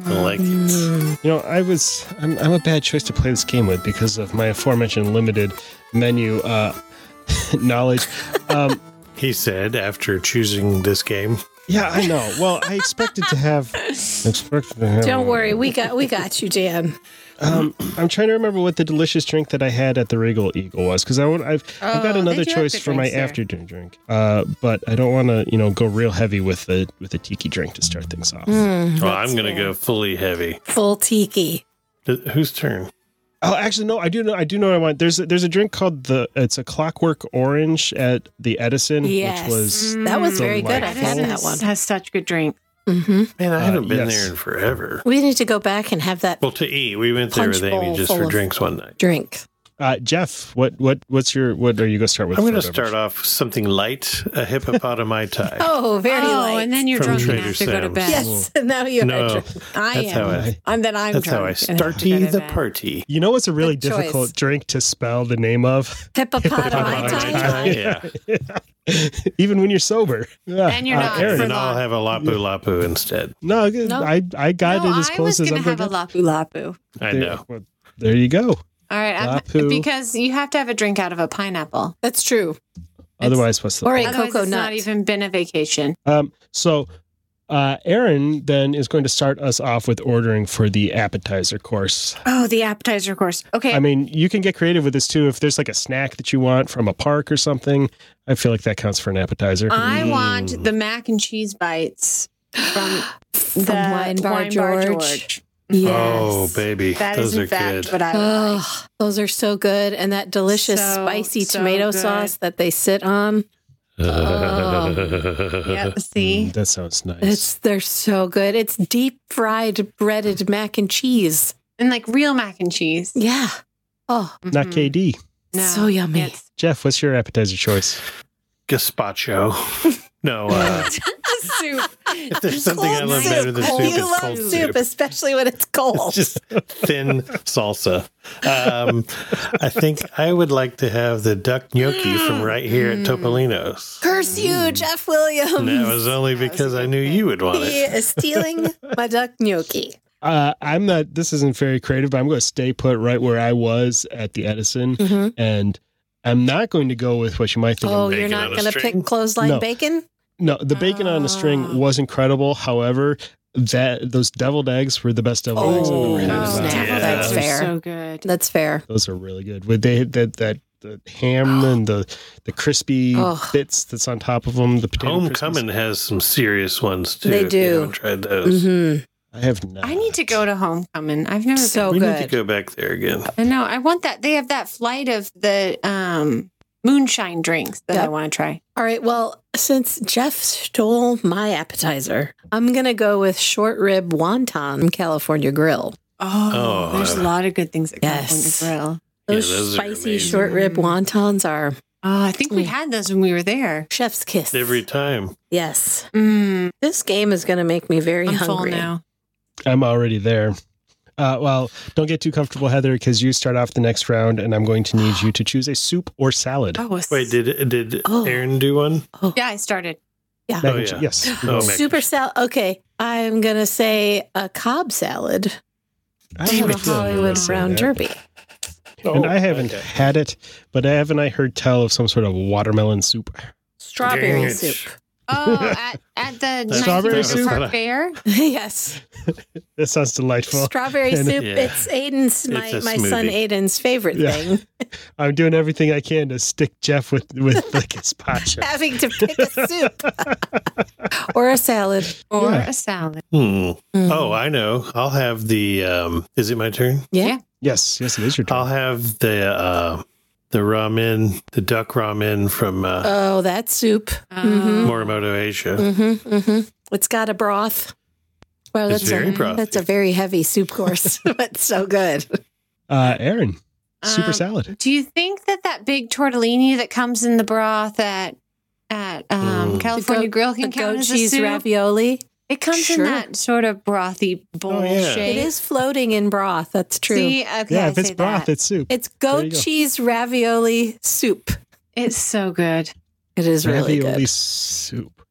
I like it. You know, I was I'm, I'm a bad choice to play this game with because of my aforementioned limited menu uh, knowledge. Um, He said after choosing this game. yeah, I know. Well, I expected to have. Expected to have. Don't worry, we got we got you, Dan. Um, I'm trying to remember what the delicious drink that I had at the Regal Eagle was because I would I've, I've got Oh, another they do have choice good for my drinks there. after dinner drink, uh, but I don't want to you know go real heavy with the with the tiki drink to start things off. Hmm. Well, I'm going to go fully heavy. Full tiki. Th- whose turn? Oh, actually, no, I do know. I do know what I want. There's a, there's a drink called the. It's a Clockwork Orange at the Edison, Yes. which was Hmm. That was very good. I've had that Edison's one. Has such good drink. hmm Man, I Uh, haven't been yes. there in forever. We need to go back and have that Well, to eat, we went there Punch with Amy bowl just full for of- drinks one night. drink. Uh, Jeff, what what what's your what are you going to start with? I'm going to for beverage? start off with something light, a hippopotami tie. Oh, very oh, light. and then you're From drunk Trader and have to go to Sam's. bed. yes, now you're Oh. no, I am. that's how I, I'm then I'm that's how I drunk and have to go starty to the bed. party. You know what's a really Good choice. difficult drink to spell the name of? hippopotami Hippopotami tie. Yeah, Even when you're sober. Yeah. Uh, And you're not Aaron, for and I'll long. have a lapu lapu instead. No, I I got no, it as I was close as gonna I'm going have a lapu lapu. I know. Well, there you go. All right, I'm, Lapu. because you have to have a drink out of a pineapple. That's true. Otherwise, what's the Or a Otherwise, cocoa it's nut. not even been a vacation. Um, so, uh, Aaron then is going to start us off with ordering for the appetizer course. Oh, the appetizer course. Okay, I mean, you can get creative with this too. If there's like a snack that you want from a park or something, I feel like that counts for an appetizer. I Mm. want the mac and cheese bites from From the Wine Bar George. Yes. Oh, baby, That is those in are fact good. what I would like. Oh, those are so good. And that delicious So, spicy so tomato good. sauce that they sit on. Oh, Yep, Mm, see? that sounds nice. It's they're so good. It's deep fried breaded mac and cheese. And like real mac and cheese. Yeah. Oh, Not mm-hmm. Mhm. KD. No. so yummy. It's- Jeff, what's your appetizer choice? Gazpacho. no, uh, soup. if there's something I Cold love better than soup, Cold You it's love cold soup, especially when it's cold. It's just thin salsa. Um, I think I would like to have the duck gnocchi Mm. from right here at Topolino's. Curse Mm. you, Jeff Williams. And that was only because I knew you would want he it. is stealing my duck gnocchi. Uh, I'm not, this isn't very creative, but I'm going to stay put right where I was at the Edison. Mm-hmm. Mhm. And I'm not going to go with what you might think. I'm Oh, bacon you're not on a going to string. pick clothesline No. bacon? No, the bacon on a Ah. Oh. string was incredible. However, that those deviled eggs were the best deviled eggs I've Oh, ever had. in Oh, my life. snap. Yeah. That's Those are fair. so good. That's fair. Those are really good. With they that that the ham and the the crispy Oh. bits that's on top of them. The potato Homecoming has some serious ones too. They if you do. haven't tried those. Mm-hmm. Crispmas. I have not. I need to go to homecoming. I've never So We good. need to go back there again. I know. I want that. They have that flight of the um, moonshine drinks that I Yep. want to try. All right. Well, since Jeff stole my appetizer, I'm going to go with short rib wonton from California Grill. Oh, Oh, there's a uh, lot of good things at yes. California Grill. Yeah, Those, those are spicy amazing. short rib wontons are Oh, I think we Mm. had those when we were there. chef's kiss. Every time. yes. Mm, This game is going to make me very I'm full hungry. now. I'm already there. Uh, well, don't get too comfortable, Heather, because you start off the next round, and I'm going to need you to choose a soup or salad. Oh, it's- Wait, did did Oh. Aaron do one? yeah, I started. Oh, and yeah. che- Yes. Oh, man. Super salad. Okay. I'm going to say a cob salad I from haven't a done Hollywood that. brown derby. And I haven't okay. had it, but haven't I heard tell of some sort of watermelon soup? Dang Strawberry it. soup. Oh, at, at the Strawberry Strawberry soup? Park Fair. yes. That sounds delightful. Strawberry And- soup. Yeah. It's Aiden's, my, It's a my son smoothie. Aiden's favorite Yeah. thing. I'm doing everything I can to stick Jeff with with like his pacha. Having to pick a soup or a salad. Mm, Or Yeah. a salad. Hmm. Mm-hmm. Oh, I know. I'll have the. Um, is it my turn? yeah. Yes, yes, it is your I'll turn. have the uh, the ramen, the duck ramen from uh, Oh, that soup. Um, Morimoto Asia. Mm-hmm. Mm-hmm. It's got a broth. Wow, It's that's very a mm, brothy. that's a very heavy soup course, but so good. Uh, Aaron, super Um, salad. Do you think that that big tortellini that comes in the broth at at um, Mm. California The goat- Grill can The count goat as cheese a soup? ravioli. It comes Sure. in that sort of brothy bowl Oh, yeah. shape. It is floating in broth. That's true. See, okay, yeah, I if it's say broth, that. it's soup. it's There you goat go. cheese ravioli soup. it's so good. It is ravioli really good. soup.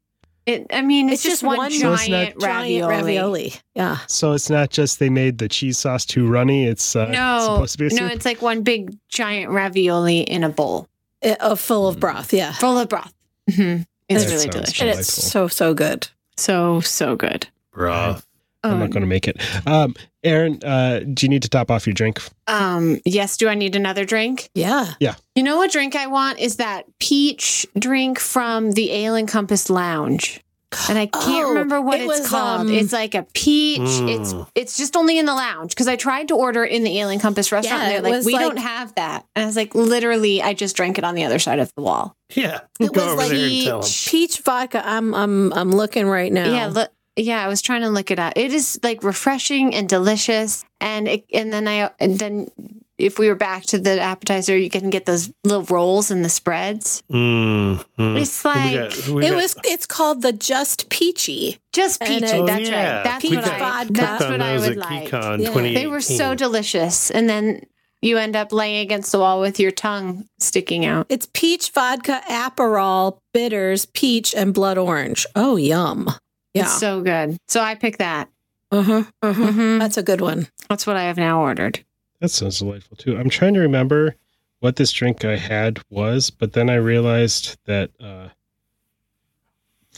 It, I mean, it's, just, one, So giant, it's not- Giant ravioli. ravioli. Yeah. So it's not just they made the cheese sauce too runny. It's uh, No, supposed to be a no, soup. it's like one big giant ravioli in a bowl It, oh, full of broth. Yeah. full of broth. Mm-hmm. Mhm. It's That really sounds delicious. And good. it's Delightful. so, so good. So so good. Broth. I'm Oh, not going to make it. Um, Aaron, uh, do you need to top off your drink? um, yes. Do I need another drink? Yeah. You know what drink I want is that peach drink from the Ale and Compass Lounge. And I can't Oh, remember what it it's was, called. um, it's like a peach. Mm. It's it's just only in the lounge because I tried to order it in the Ale and Compass restaurant. Yeah, and it they're like, was we like- don't have that. And I was like, literally, I just drank it on the other side of the wall. Yeah. It Go was over like there and tell 'em. peach. Peach vodka. I'm I'm I'm looking right now. Yeah, look. Yeah, I was trying to look it up. It is like refreshing and delicious, and it, and then I and then if we were back to the appetizer, you can get those little rolls and the spreads. Mm, mm. It's like we it got- was. It's called the Just Peachy. just And peachy. it- that's Oh, yeah. right. That's Peach what I. vodka. That's Found what I those would at like. KeyCon Yeah. 2018. They were so delicious, and then you end up laying against the wall with your tongue sticking out. It's peach vodka, Aperol, bitters, peach, and blood orange. Oh, yum! Yeah. It's so good. So I picked that. uh-huh, uh-huh. Mhm. That's a good one. That's what I have now ordered. That sounds delightful too. I'm trying to remember what this drink I had was, but then I realized that uh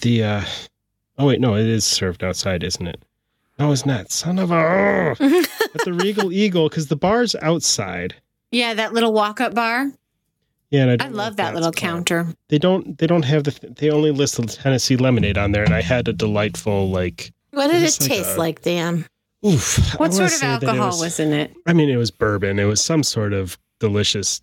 the uh oh wait, no, it is served outside, isn't it? No, it's not. Son of a at the Regal Eagle because the bar's outside. Yeah, that little walk-up bar. Yeah, and I, I don't know love if that that's little called. counter. They don't. They don't have the. Th- they only list the Tennessee lemonade on there, and I had a delightful like. What did it It's like taste a- like, Dan? Oof. I wanna What sort of say that it alcohol was- was, in it? I mean, it was bourbon. It was some sort of delicious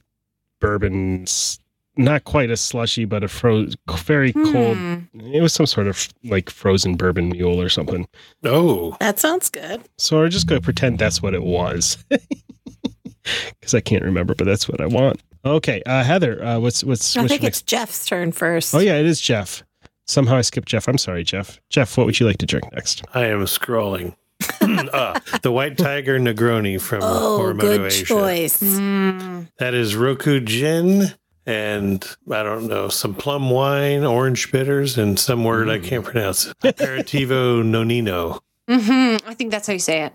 bourbon, s- not quite a slushy, but a froze, very cold. Hmm. It was some sort of like frozen bourbon mule or something. Oh, That sounds good. So I'm just going to pretend that's what it was, because I can't remember, but that's what I want. Okay, uh, Heather, uh, what's what's I what's think your it's Jeff's turn first. Oh yeah, it is Jeff. Somehow I skipped Jeff. I'm sorry, Jeff. Jeff, what would you like to drink next? I am scrolling. uh, the White Tiger Negroni from Oh, Hormone good Asia. choice. Mm. That is Roku Gin and I don't know, some plum wine, orange bitters, and some word Mm. I can't pronounce. Aperitivo nonino. Mhm. I think that's how you say it.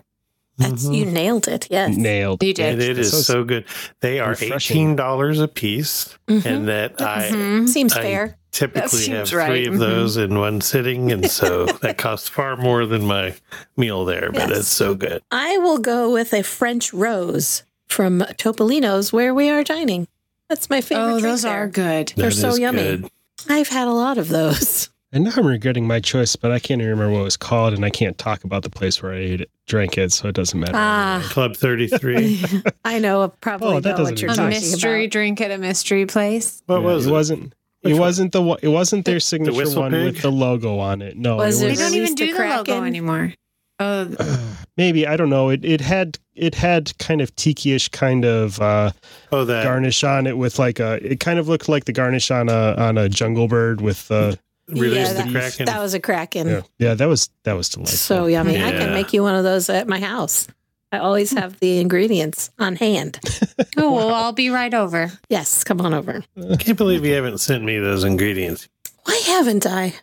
That's you nailed it. Yes. Nailed. You And did. it is So- so good. They are Refreshing. $18 a piece, Mhm. and that I Mhm. Seems Mm-hmm. I- fair. typically have seems three right. of those in one sitting. And so that costs far more than my meal there, but Yes. it's so good. I will go with a French rose from Topolino's, where we are dining. That's my favorite. Oh, drink those there. are good. They're That so is yummy. good. I've had a lot of those. And now I'm regretting my choice, but I can't even remember what it was called, and I can't talk about the place where I ate it, drank it, so it doesn't matter. Ah, Club 33. I know probably Oh, that know what doesn't you're exist. A talking mystery about. drink at a mystery place. What was it? it? Wasn't Which it one? wasn't the one- it wasn't their the signature whistle one pig? with the logo on it? No, Was it it e-, They was, don't even Release the do the, logo Kraken. anymore. Oh, th- maybe I don't know. It it had it had kind of tiki-ish kind of uh, Oh, that. garnish on it with like a. It kind of looked like the garnish on a on a jungle bird with the. Release Yeah, the Kraken. That was a kraken. Yeah, yeah, that was that was delightful. So yummy. I Yeah. can make you one of those at my house. I always have the ingredients on hand. oh, well, I'll be right over. Yes, come on over. I can't believe you haven't sent me those ingredients. Why haven't I?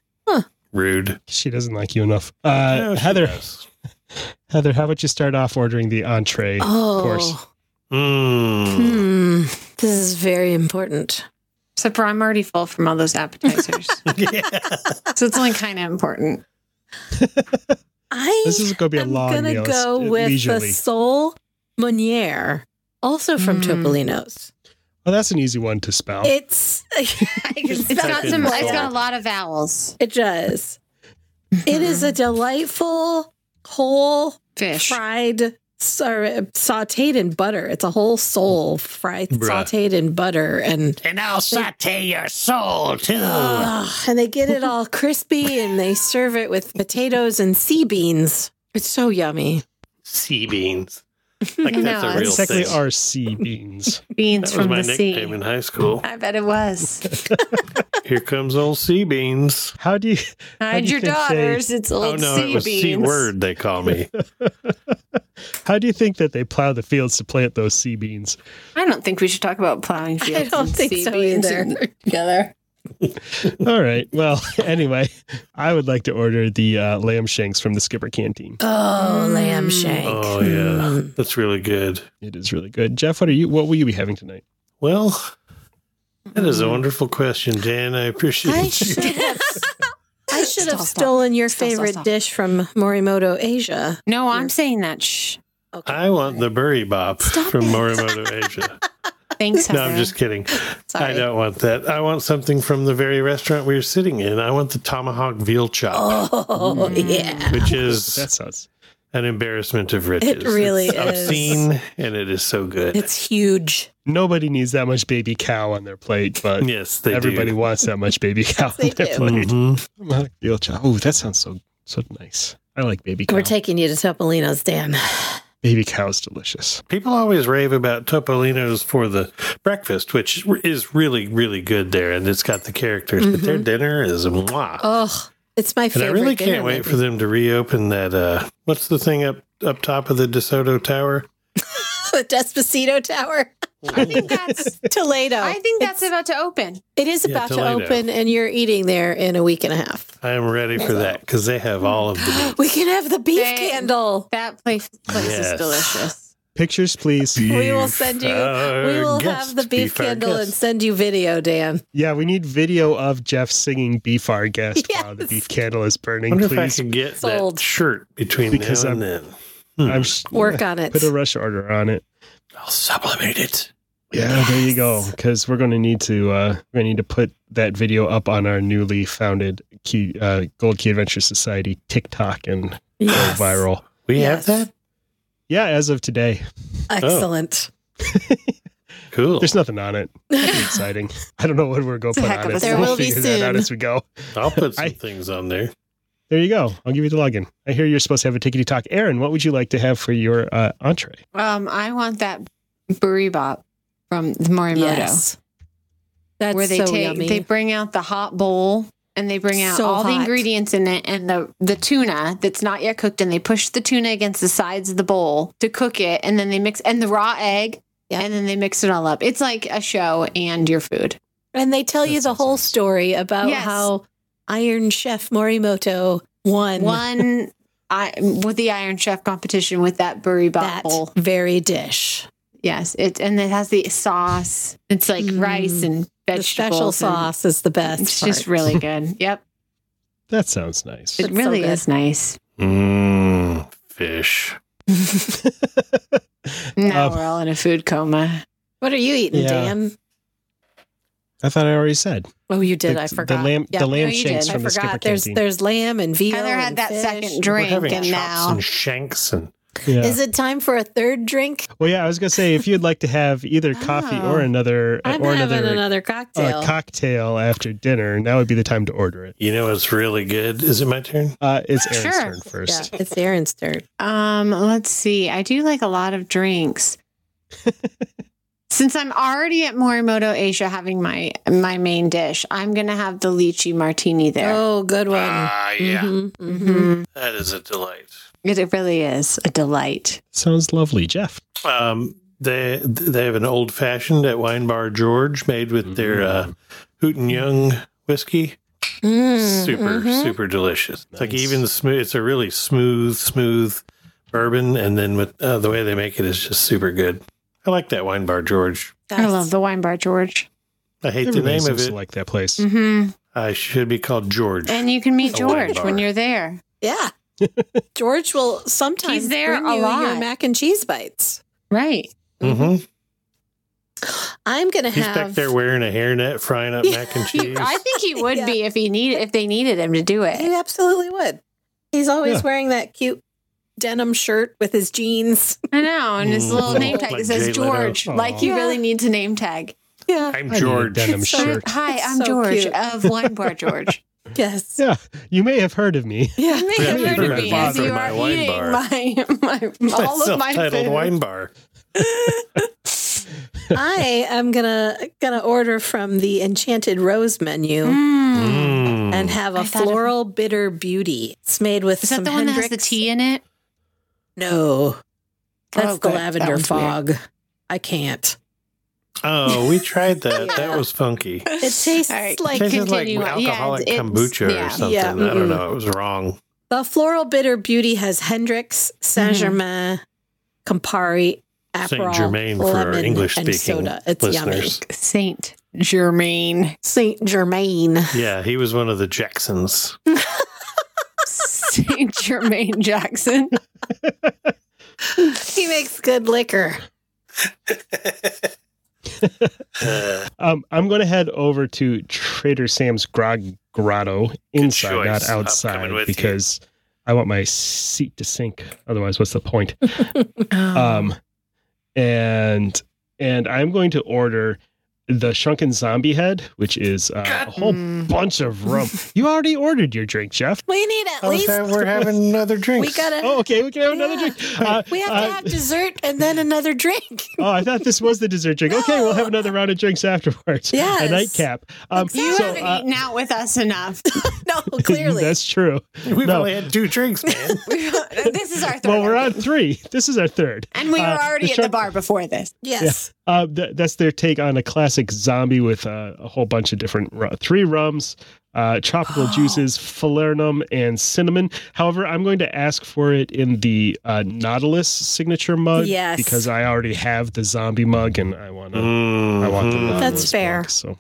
Rude. She doesn't like you enough. Uh, No, she Heather, does. Heather, how about you start off ordering the entree? Oh, course. Mm. hmm. This is very important. Except for I'm already full from all those appetizers. Hmm. So it's only kind of important. I This is going to be a am long gonna meal. It's- go it- with leisurely. the Sol Meunier, also from Mm. Topolino's. Well, that's an easy one to spell. It's It's spell got it some. like It's that. got a lot of vowels. It does. It is a delightful whole fish. fried sorry, sauteed in butter. It's a whole soul fried Bruh. sauteed in butter and And I'll saute your soul too. Ugh, and they get it all crispy and they serve it with potatoes and sea beans. It's so yummy. Sea beans. Like I that's know, a real it's Exactly, thing. are sea beans. Beans that was from my the sea. nickname in high school. I bet it was. Here comes old sea beans. How do you? How do Hide you your think they- daughters. It's Oh old no, sea it was beans. C word they call me. How do you think that they plow the fields to plant those sea beans? I don't think we should talk about plowing fields. I don't and think sea so beans either. and- together. All right. Well, anyway, I would like to order the uh, lamb shanks from the Skipper Canteen. Oh, lamb shank. Oh yeah. That's really good. It is really good. Jeff, what are you? What will you be having tonight? Well, that is a Hmm. wonderful question, Dan. I appreciate I you. should have I should have Stop, stop. stolen your Stop, stop, favorite stop. dish from Morimoto Asia. No, I'm saying that. Shh. Okay. I want the Burry Bop Stop from it. Morimoto Asia. Thanks. No, I'm Heather. just kidding. I Sorry. don't want that. I want something from the very restaurant we are sitting in. I want the tomahawk veal chop, oh Mm. yeah. which is That sounds. an embarrassment of riches. It really it's is. obscene, and it is so good. It's huge. Nobody needs that much baby cow on their plate, but yes, they everybody do. Mm-hmm. wants that much baby cow they on their do. plate. Mhm. Tomahawk veal chop. Oh, that sounds so so nice. I like baby cow. We're taking you to Topolino's, Dan. baby cow's delicious. People always rave about Topolino's for the breakfast, which is really, really good there, and it's got the characters. But their dinner is mwah. Mm-hmm. Oh, it's my and I favorite. really can't dinner wait movie. for them to reopen that. Uh, what's the thing up up top of the DeSoto Tower? the Despacito Tower, I think that's Toledo. I think that's It's- about to open. it is Yeah, about to Toledo. open, and you're eating there in a week and a half. I am ready for that because they have all of the. We can have the beef They- candle. That place, place Yes. is delicious. Pictures, please. We will send you. We will have the beef candle and send you video, Dan. Yeah, we need video of Jeff singing "Beef Our Guest" while the Yes. beef candle is burning. wonder if please, I could get Sold. that shirt between Because now I'm- and then. I'm s- Work on it. put a rush order on it. I'll sublimate it. Yeah, there you go. Because we're going to need to uh, we're going to need to put that video up on our newly founded Key, uh, Gold Key Adventure Society TikTok and Yes. go viral. We Yes. have that. Yeah, as of today, Excellent. Cool. there's nothing on it. That'd be exciting. I don't know what we're going to It's a put heck on of a it. There we'll will be figure that out soon. as we go. I'll put some I- things on there. There you go. I'll give you the login. I hear you're supposed to have a tickety talk. Aaron, what would you like to have for your uh, entree? Um, I want that burribop from Morimoto, Yes. That's where they so take yummy. they bring out the hot bowl and they bring out So all the hot. ingredients in it and the the tuna that's not yet cooked and they push the tuna against the sides of the bowl to cook it and then they mix and the raw egg Yeah. and then they mix it all up. It's like a show and your food. and they tell you That the sounds whole nice. story about Yes. how Iron Chef Morimoto won One I with the Iron Chef competition with that burribop that bowl. very dish. Yes, it and it has the sauce. It's like Mm. rice and The special vegetables. and- sauce is the best. It's part. just really good. Yep. That sounds nice. It It's so really good. is nice. Mm, Mmm, fish. Now Uh, Um, we're all in a food coma. What are you eating, Yeah. Dan? I thought I already said. Oh, you did. The- I the forgot. lamb- the lamb you shanks did. from I the skipper forgot. There's canteen. there's lamb and veal. Heather had and that fish. second We're drink, having and chops now and shanks and Yeah. Is it time for a third drink? well, yeah, I was gonna say if you'd like to have either coffee Oh. or another I'm or having another, another cocktail. uh, cocktail after dinner, now would be the time to order it. You know what's really good? Is it my turn? Uh, it's Aaron's Sure. turn yeah, first. it's Aaron's turn. um, let's see. I do like a lot of drinks. Since I'm already at Morimoto Asia having my my main dish, I'm gonna have the lychee martini there. Oh, good one. Ah, yeah. Mhm, mhm. Mhm. That is a delight. It, it really is a delight. Sounds lovely, Jeff. Um, they they have an old fashioned at Wine Bar George made with their uh, Hoot and Young whiskey. Mm-hmm. Mm, super mhm. super delicious. It's Like Nice. even smooth. It's a really smooth smooth bourbon, and then with uh, the way they make it is just super good. I like that Wine Bar George. I love the wine bar, George. I hate Everybody the name of seems it. to like that place. hmm I should be called George. And you can meet A wine George bar. when you're there. Yeah. George will sometimes He's there bring a you your lot. mac and cheese bites. Right. hmm I'm gonna He's back have there wearing a hairnet, frying up mac and He- cheese. I think he would Yeah. be if he need if they needed him to do He it. absolutely would. He's always Yeah. wearing that cute denim shirt with his jeans. I know, and his Mm. little name tag Like that says Jay Leno. George. Like you Aw. really needs a name tag. Yeah. I'm I need a George. denim It's so- shirt. Hi, That's I'm so George cute. of Wine Bar George. Yes. Yeah, you may have heard of me. Yeah. Make Yeah, it you're clear to gonna me as bother you my are wine eating bar. my, my all of my Self-titled food. wine bar. I am gonna gonna order from the Enchanted Rose menu Mm. and have a I thought of- floral bitter beauty. It's made with Is that some the one that has the Hendrick's- tea in it? No, that's Oh, the good. That lavender one's weird. fog. I can't. Oh, we tried that. Yeah. That was funky. It tastes All right. like Tasted like continue on. Yeah, alcoholic it's- kombucha yeah. or something. Yeah, I don't mm-mm. know. It was wrong. the floral bitter beauty has Hendrix, Saint Mm-hmm. Germain, Campari, Aperol, Saint Germain for lemon, English and speaking soda. It's yummy. listeners. Saint Germain. Saint Germain. Yeah, he was one of the Jacksons. Saint Germain Jackson. He makes good liquor. Uh, Um, I'm going to head over to Trader Sam's Grog Grotto inside, choice. not I'm outside, coming with you. because I want my seat to sink. Otherwise, what's the point? Um, Oh. um and and i'm going to order the Shrunken Zombie Head, which is uh, a whole Mm. bunch of rum. you already ordered your drink, Jeff. We need at Oh, least so we're having another drink. we gotta Oh, okay. We can have another Yeah. drink. Uh, we have uh, to have dessert and then another drink. oh, I thought this was the dessert drink. Okay, we'll have No. another round of drinks afterwards. a Yes. nightcap. Um, You so, haven't uh, eaten out with us enough. no, clearly. that's true. We've No. only had two drinks, man. this is our third. Well, we're one. on three. This is our third. and we were uh, already the at the shark- bar before this. yes. Uh, th- that's their take on a classic zombie with uh, a whole bunch of different ru- three rums, uh, tropical juices, falernum, and cinnamon. However, I'm going to ask for it in the uh, Nautilus signature mug Yes. because I already have the zombie mug and I want to. I want the Nautilus Mhm. Mm-hmm. That's fair. mug, so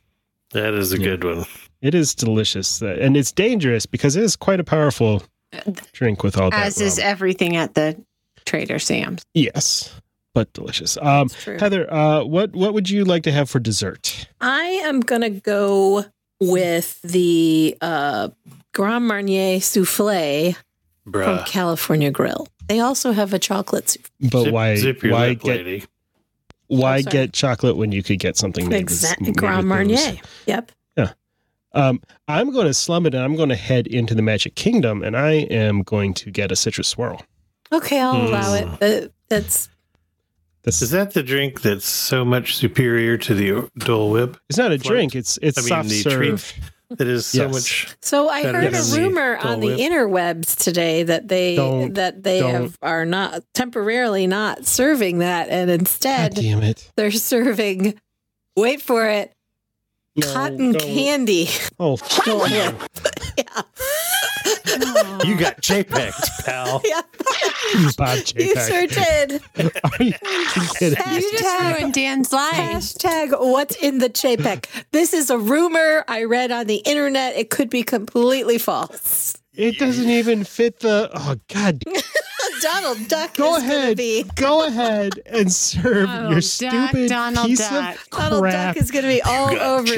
That is a good one. it is delicious uh, and it's dangerous because it is quite a powerful Uh, drink with all that. As is rum. everything at the Trader Sam's. e yes, but delicious. Um, It's true. Heather, uh, what what would you like to have for dessert? I am going to go with the uh, Grand Marnier souffle from Bruh. California Grill. They also have a chocolate souffle. But Zip- why zip your why lip, get lady. why I'm Oh, sorry. get chocolate when you could get something made with- Exactly. made Grand with those? Marnier. Yep. Um, I'm going to slum it and I'm going to head into the Magic Kingdom and I am going to get a citrus swirl. Okay, I'll Hmm. allow it. But that's This Is is that the drink that's so much superior to the Dole Whip? it's not a Flirt? drink. It's it's I mean, soft the serve. That is so Yes. much. so I Better heard a than the rumor Dole on the Whip. interwebs today that they Don't- that they don't. have, are not temporarily not serving that and God instead damn it! they're serving wait for it No, cotton don't. candy. Oh, don't. yeah. You got JPEGs, pal. Yeah. Bob You sure JPEG. did. Are you kidding? You just Hashtag- ruined Dan's life. Hashtag what's in the JPEG. This is a rumor I read on the internet. It could be completely false. It doesn't even fit the. Oh God! Donald Duck Go is going to ahead, be. go ahead and serve Donald your Duck, stupid Oh, Donald piece Duck. of crap. Donald Duck is going to be all over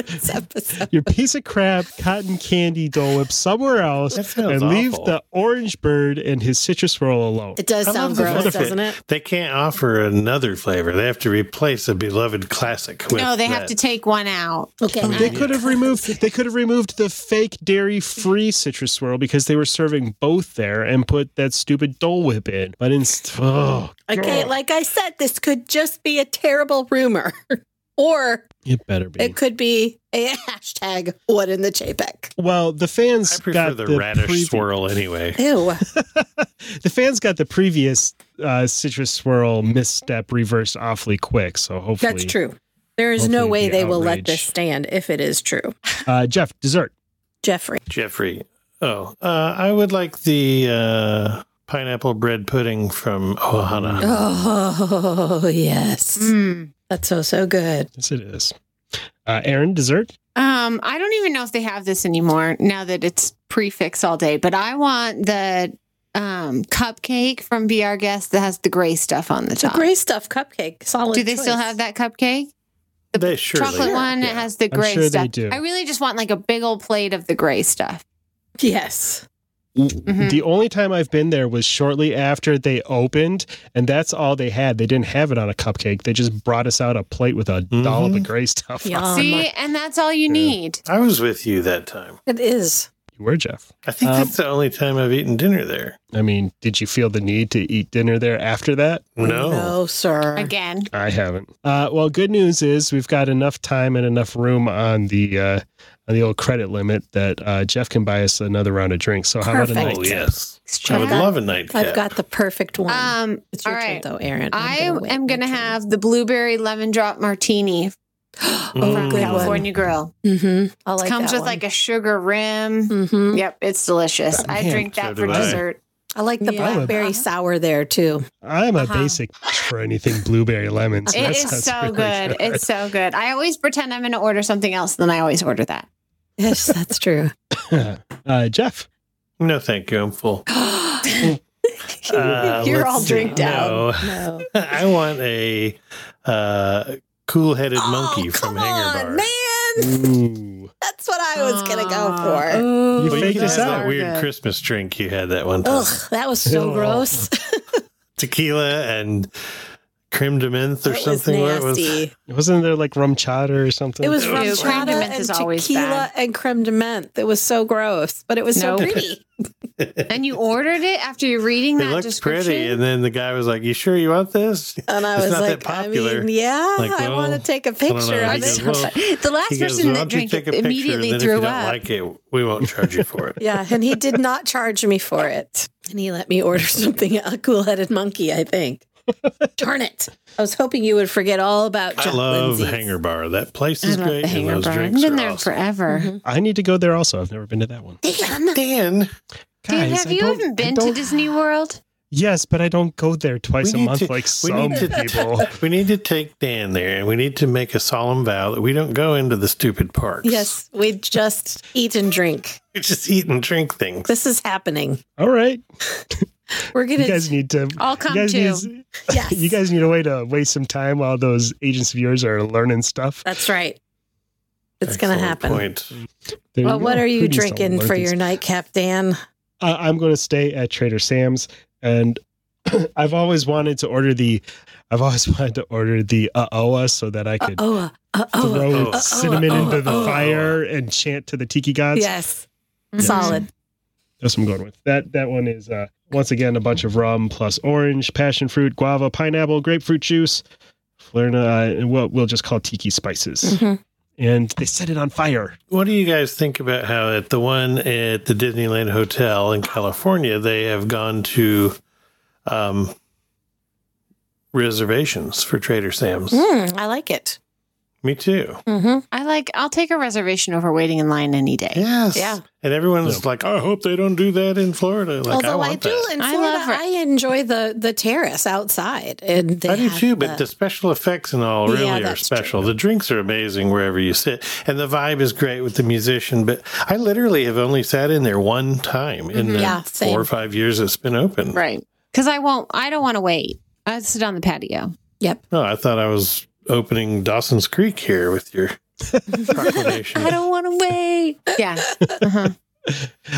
this episode. your piece of crap cotton candy Dole Whip somewhere else That and sounds leave awful. the orange bird and his citrus swirl alone. It does I sound love the gross, benefit. doesn't it? They can't offer another flavor. They have to replace a beloved classic. With No, they have that. to take one out. Okay. They could have removed they could have removed the fake dairy free citrus swirl because they were serving both there and put that stupid Dole Whip in. But instead, oh, Okay, like I said, this could just be a terrible rumor. or it better be. it could be a hashtag what in the JPEG. well, the I fans prefer got the, the radish previ- swirl anyway. Ew. The fans got the previous uh, citrus swirl misstep reversed awfully quick. So hopefully, That's true. There is no Hopefully way the they will let outrage- this stand if it is true. Uh, Jeff, dessert. Jeffrey. Jeffrey. Oh, uh, I would like the uh, pineapple bread pudding from Ohana. Oh, yes. Mm. That's so, so good. Yes, it is. Uh, Aaron, dessert. Um, I don't even know if they have this anymore now that it's prefix all day, but I want the um, cupcake from Be Our Guest that has the gray stuff on the It's a top. great stuff cupcake. Solid. Do they still choice. have that cupcake? they surely Chocolate one that yeah. has the I'm gray sure they stuff. do. I really just want like a big old plate of the gray stuff. Yes. Mhm. The only time I've been there was shortly after they opened, and that's all they had. They didn't have it on a cupcake. They just brought us out a plate with a dollop of gray stuff. on Yum. See, and that's all you need. I was with you that time. It is. it. You were Jeff. I think Um, that's the only time I've eaten dinner there. I mean, did you feel the need to eat dinner there after that? No. Oh, No, sir. Again, I haven't. Uh, well, good news is we've got enough time and enough room on the uh, on the old credit limit that uh, Jeff can buy us another round of drinks. So how about a Perfect. Oh, night? yes. I would Jeff. love a nightcap. I've got the perfect one. um, it's all your right. turn, though, Aaron. I wait am my going to turn. have the blueberry lemon drop martini Mm. Oh, from good one. California Grill. Mm-hmm. I like it comes that with one. like a sugar rim. Mm-hmm. Yep, it's delicious. I Man, drink so that do for I. dessert. I like the Yeah. blackberry sour there too. I'm a Uh-huh. basic for anything blueberry lemon. so that It is sounds so really good. It's so good. I always pretend I'm going to order something else, then I always order that. Yes, that's true. uh, Jeff. No, thank you. I'm full. Uh, You're let's all see. drinked out. No. No. I want a uh, cool headed monkey oh, come from Hanger on, Bar. man. Ooh. That's what I was gonna go Aw. for. Ooh, You Well, you faked can us have out. that weird Christmas drink you had that one time. Ugh, that was so Ew. gross. Tequila and creme de menthe or That was something. What it was- nasty. Wasn't there like rum chata or something? It was Ew, rum creme de chata menthe and is always tequila bad. and creme de menthe. It was so gross, but it was Nope. so pretty. And you ordered it after you're reading it that looked description. pretty, and then the guy was like, "You sure you want this?" And I It's was not that like, I popular. mean, yeah, Like, I want to well, take a don't picture know. of I it. just- well, the last He goes, person "Why that don't you drank take it a picture, and immediately then if threw you up. don't like it, we won't charge you for it." Yeah, and he did not charge me for it. And he let me order something, a cool headed monkey, I think. Darn it. I was hoping you would forget all about I Jack love Lindsay's. Hanger Bar. That place I is love great, the and hanger those bar. I've drinks Mm-hmm. been are there awesome. forever. I need to go there also. I've never been to that one. Dan, Dan, Dude, Guys, have I you don't- even I been to don't- Disney World? Yes, but I don't go there twice We a need month to- like we some need to- people. we need to take Dan there, and we need to make a solemn vow that we don't go into the stupid parks. Yes, we just eat and drink. we just eat and drink things. This is happening. All right, We're going you to. guys need to. I'll You come guys, too. need, Yes. you guys need a way to waste some time while those agents of yours are learning stuff. That's right. It's going to Excellent happen. Point. There Well, go. what are Who you needs to drinking learn for things? your nightcap, Dan? uh, I'm going to stay at Trader Sam's, and I've always wanted to order the, I've always wanted to order the uh oa so that I Uh could oh. Uh oh. throw uh-oa, cinnamon uh-oa, into the uh-oa. fire and chant to the tiki gods. Yes. Mhm. Solid. That's what I'm going with. That that one is uh, once again a bunch of rum plus orange, passion fruit, guava, pineapple, grapefruit juice, flirna, uh, and we'll we'll just call it tiki spices. Mm-hmm. Mhm. And they set it on fire. What do you guys think about how at the one at the Disneyland Hotel in California they have gone to um, reservations for Trader Sam's? Mm, I like it. Me too. Mm-hmm. hmm I like. I'll take a reservation over waiting in line any day. Yes. Yeah. And everyone's like, I hope they don't do that in Florida. Like, I Although I, want do that. in I Florida, love her- I, enjoy the the terrace outside, and they I do have too, but the- the special effects and all Yeah, really are that's special. The drinks are amazing wherever you sit, and the vibe is great with the musician. But I literally have only sat in there one time in the Mm-hmm. Yeah, same. four or five years it's been open. Right. Because I won't. I don't want to wait. I sit on the patio. yep. No, Oh, I thought I was opening Dawson's Creek here with your proclamation. I don't want to wait. Yeah. Uh-huh.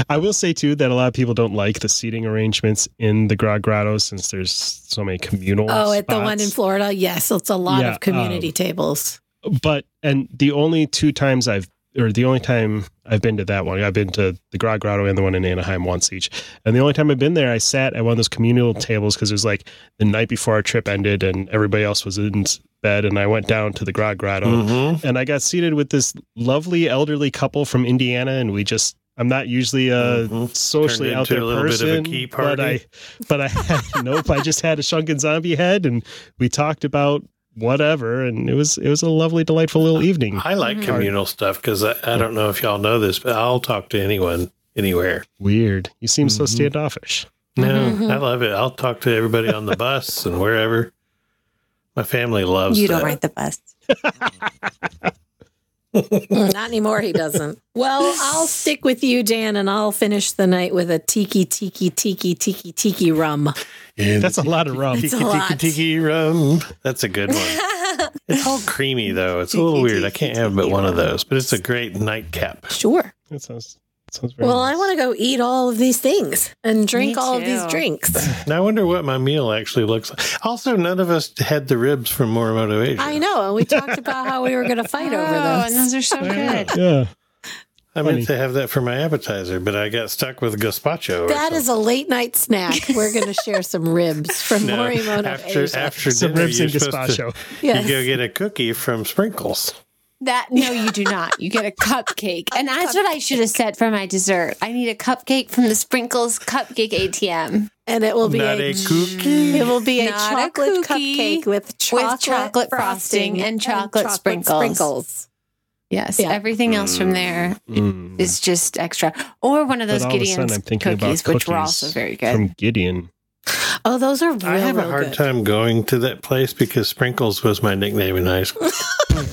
I will say too that a lot of people don't like the seating arrangements in the Grog Grotto since there's so many communal. Oh, at the one in spots. Florida, yes, it's a lot Yeah, of community um, tables. But and the only two times I've or the only time I've been to that one, I've been to the Grog Grotto and the one in Anaheim once each. And the only time I've been there, I sat at one of those communal tables because it was like the night before our trip ended and everybody else was in s- bed, and I went down to the Grog Grotto Mhm. and I got seated with this lovely elderly couple from Indiana, and we just. I'm not usually a Mhm. socially Turned out into there a little bit person, of a key but I, party. but I had, nope. I just had a shrunken zombie head, and we talked about whatever, and it was it was a lovely, delightful little evening. I like communal stuff because I, I don't know if y'all know this, but I'll talk to anyone anywhere. Weird. You seem so Mhm. standoffish. No, Mhm. I love it. I'll talk to everybody on the bus and wherever. My family loves You that. don't ride the bus. Not anymore. He doesn't. Well, I'll stick with you, Dan, and I'll finish the night with a tiki tiki tiki tiki tiki rum. Yeah, That's a lot of rum. It's a lot. tiki rum. That's a good one. It's all creamy though. It's a little weird. I can't have but one of those, but it's a great nightcap. Sure. That sounds that sounds very Well, I want to go eat all of these things and drink Me all of these too. drinks. Now I wonder what my meal actually looks like. Also, none of us had the ribs from More Motivation. I know, and we talked about how we were going to fight Oh, over and this. those are so good. Yeah. I Funny. meant to have that for my appetizer, but I got stuck with gazpacho. or That is a late night snack. We're going to share some ribs from something. No, Morimoto after Asia. after Some dinner, ribs you're and supposed to gazpacho. Yes. you go get a cookie from Sprinkles. That no, you do not. You get a cupcake, and that's what I should have said for my dessert. I need a cupcake from the Sprinkles Cupcake ATM and it will be Not a, a cookie. it will be a Not a chocolate cookie cupcake with chocolate, chocolate frosting and chocolate sprinkles. Yes, Yeah. everything else from there Mm. is just extra, or one of But those all of a sudden, Gideon's I'm cookies, thinking about which were cookies also very good. from Gideon. Oh, those are real, I have a real hard good. time going to that place because Sprinkles was my nickname in high school.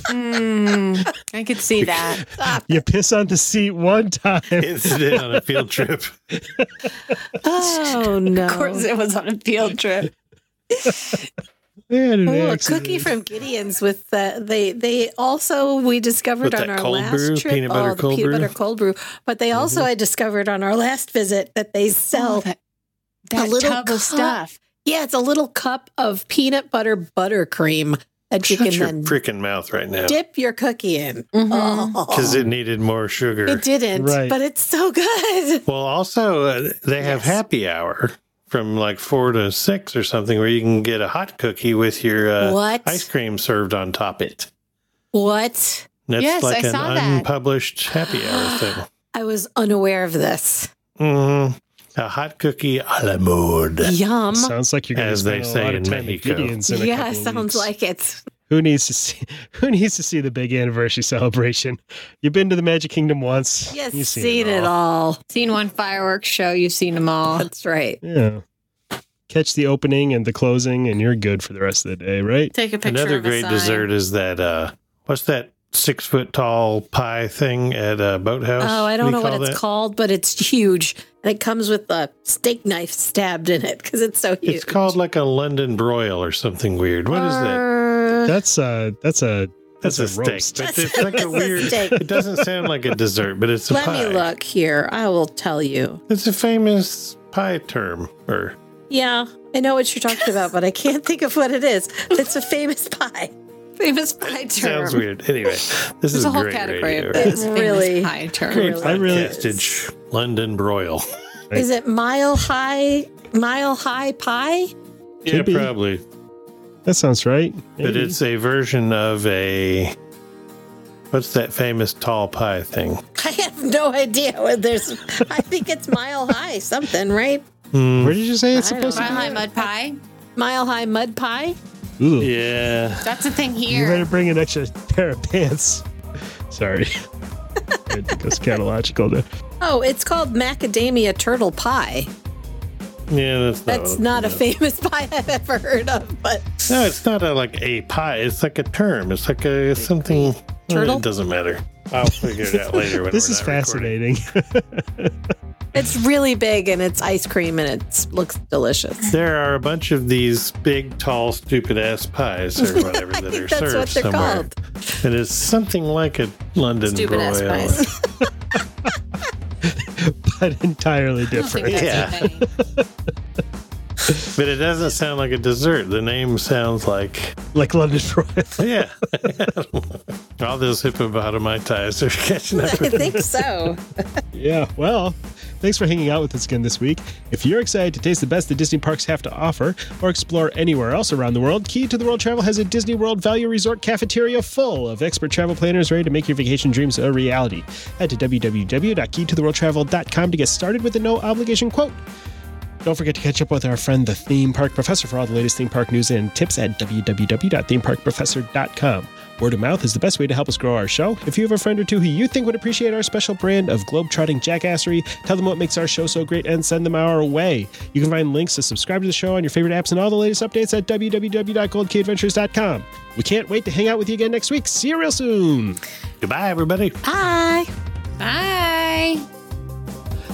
Mm, I could see that. You piss on the seat one time. Incident on a field trip. Oh no! Of course, it was on a field trip. Yeah, an Oh, a accident. cookie from Gideon's with the they they also we discovered With on that our cold last brew, trip peanut butter oh, the cold peanut brew. Mm-hmm. butter cold brew, but they Oh, also I discovered on our last visit that they sell Oh, that that little tub cup. of stuff. Yeah, it's a little cup of peanut butter buttercream that you Shut can your then freaking mouth right now. dip your cookie in. Mhm. Oh. Because it needed more sugar. It didn't, Right. but it's so good. Well, also, uh, they have Yes. happy hour from like four to six or something where you can get a hot cookie with your uh, what? ice cream served on top it. What? And That's Yes, like I an saw that. unpublished happy hour thing. I was unaware of this. hmm A hot cookie a la mode. Yum. sounds like you're going to As they spend a say lot in of time at Mexico. Gideon's in a Um, Yeah, couple of sounds weeks. like it. Who needs to see? Who needs to see the big anniversary celebration? You've been to the Magic Kingdom once. Yes, You've seen, it, all. Seen one fireworks show, you've seen them all. That's right. Yeah. Catch the opening and the closing, and you're good for the rest of the day, right? Take a picture. Another of a great sign. dessert is that, uh, what's that six foot tall pie thing at a boathouse? Oh, I don't do know you what call it's that? called, but it's huge. And it comes with a steak knife stabbed in it because it's so huge. It's called like a London broil or something weird. What is that? that? That's uh that's a That's That's a a steak. roast. But it's like That's a a weird. steak. It doesn't sound like a dessert, but it's a Let pie. me look here. I will tell you. It's a famous pie term. Or Yeah, I know what you're talking about, but I can't think of what it is. It's a famous pie. Famous pie term. sounds weird. Anyway, this There's is a whole great category radio. of this. It's really- Famous pie term. Great Really I really is. podcastage. London broil. Is it mile high? Mile high pie? Yeah, Could be. probably. that sounds right. But Maybe. it's a version of a. What's that famous tall pie thing? I have no idea. What there's, I think it's mile high something, right? where did you say it's I don't supposed know. to Mile High Mud Pie. Mile high mud pie. be? Ooh, Yeah. That's a thing you better here. bring an extra pair of pants. Sorry. I think that's catalogical there. Oh, it's called macadamia turtle pie. Oh, Yeah, that's not. That's what- not a famous pie I've ever heard of, but No, it's not a, like a pie. It's like a term. It's like a something. Turtle? It doesn't matter. I'll figure it out later. When This we're is not recording. fascinating. it's really big and it's ice cream and it looks delicious. There are a bunch of these big, tall, stupid ass pies or whatever I that are think served that's what they're somewhere. called. And it's something like a London Stupid ass broil. pies. but entirely I don't think different. that's Yeah. a thing. But it doesn't sound like a dessert. The name sounds like Like London Broil. yeah. All those hippopotamized are catching I up. with think so. Yeah, well, thanks for hanging out with us again this week. If you're excited to taste the best that Disney parks have to offer or explore anywhere else around the world, Key to the World Travel has a Disney World Value Resort cafeteria full of expert travel planners ready to make your vacation dreams a reality. Head to www.keytotheworldtravel.com to get started with a no obligation quote. Don't forget to catch up with our friend, the Theme Park Professor, for all the latest theme park news and tips at www.themeparkprofessor.com. Word of mouth is the best way to help us grow our show. If you have a friend or two who you think would appreciate our special brand of globetrotting jackassery, tell them what makes our show so great and send them our way. You can find links to subscribe to the show on your favorite apps and all the latest updates at www.goldkeyadventures.com. We can't wait to hang out with you again next week. See you real soon. it. Goodbye, everybody. Pie. Bye.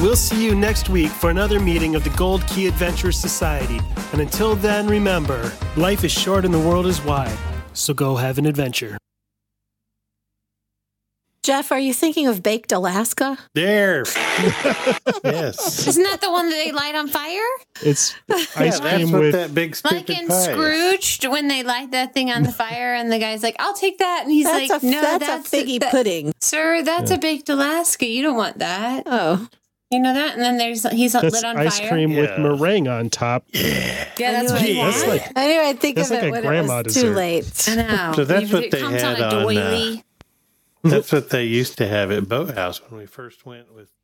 We'll see you next week for another meeting of the Gold Key Adventure Society. And until then, remember life is short and the world is wide, so go have an adventure. Jeff, are you thinking of baked Alaska? There. yes. Isn't that the one that they light on fire? It's ice yeah, that's cream what with that big stupid Like in pie. is. Scrooged when they light that thing on the fire and the guy's like, I'll take that. And he's that's like, a No, that's, that's a figgy that- pudding. Sir, that's a baked Alaska. You don't want that. Oh, You know that? And then there's he's That's lit on ice fire. cream Yeah. with meringue on top. Yeah, that's what Anyway, he Yeah. wants. That's like I knew I'd think That's of like it a when grandma it was too dessert. late. I know. So that's If what it they comes had on on, a uh, doily. that's what they used to have at Boathouse when we first went with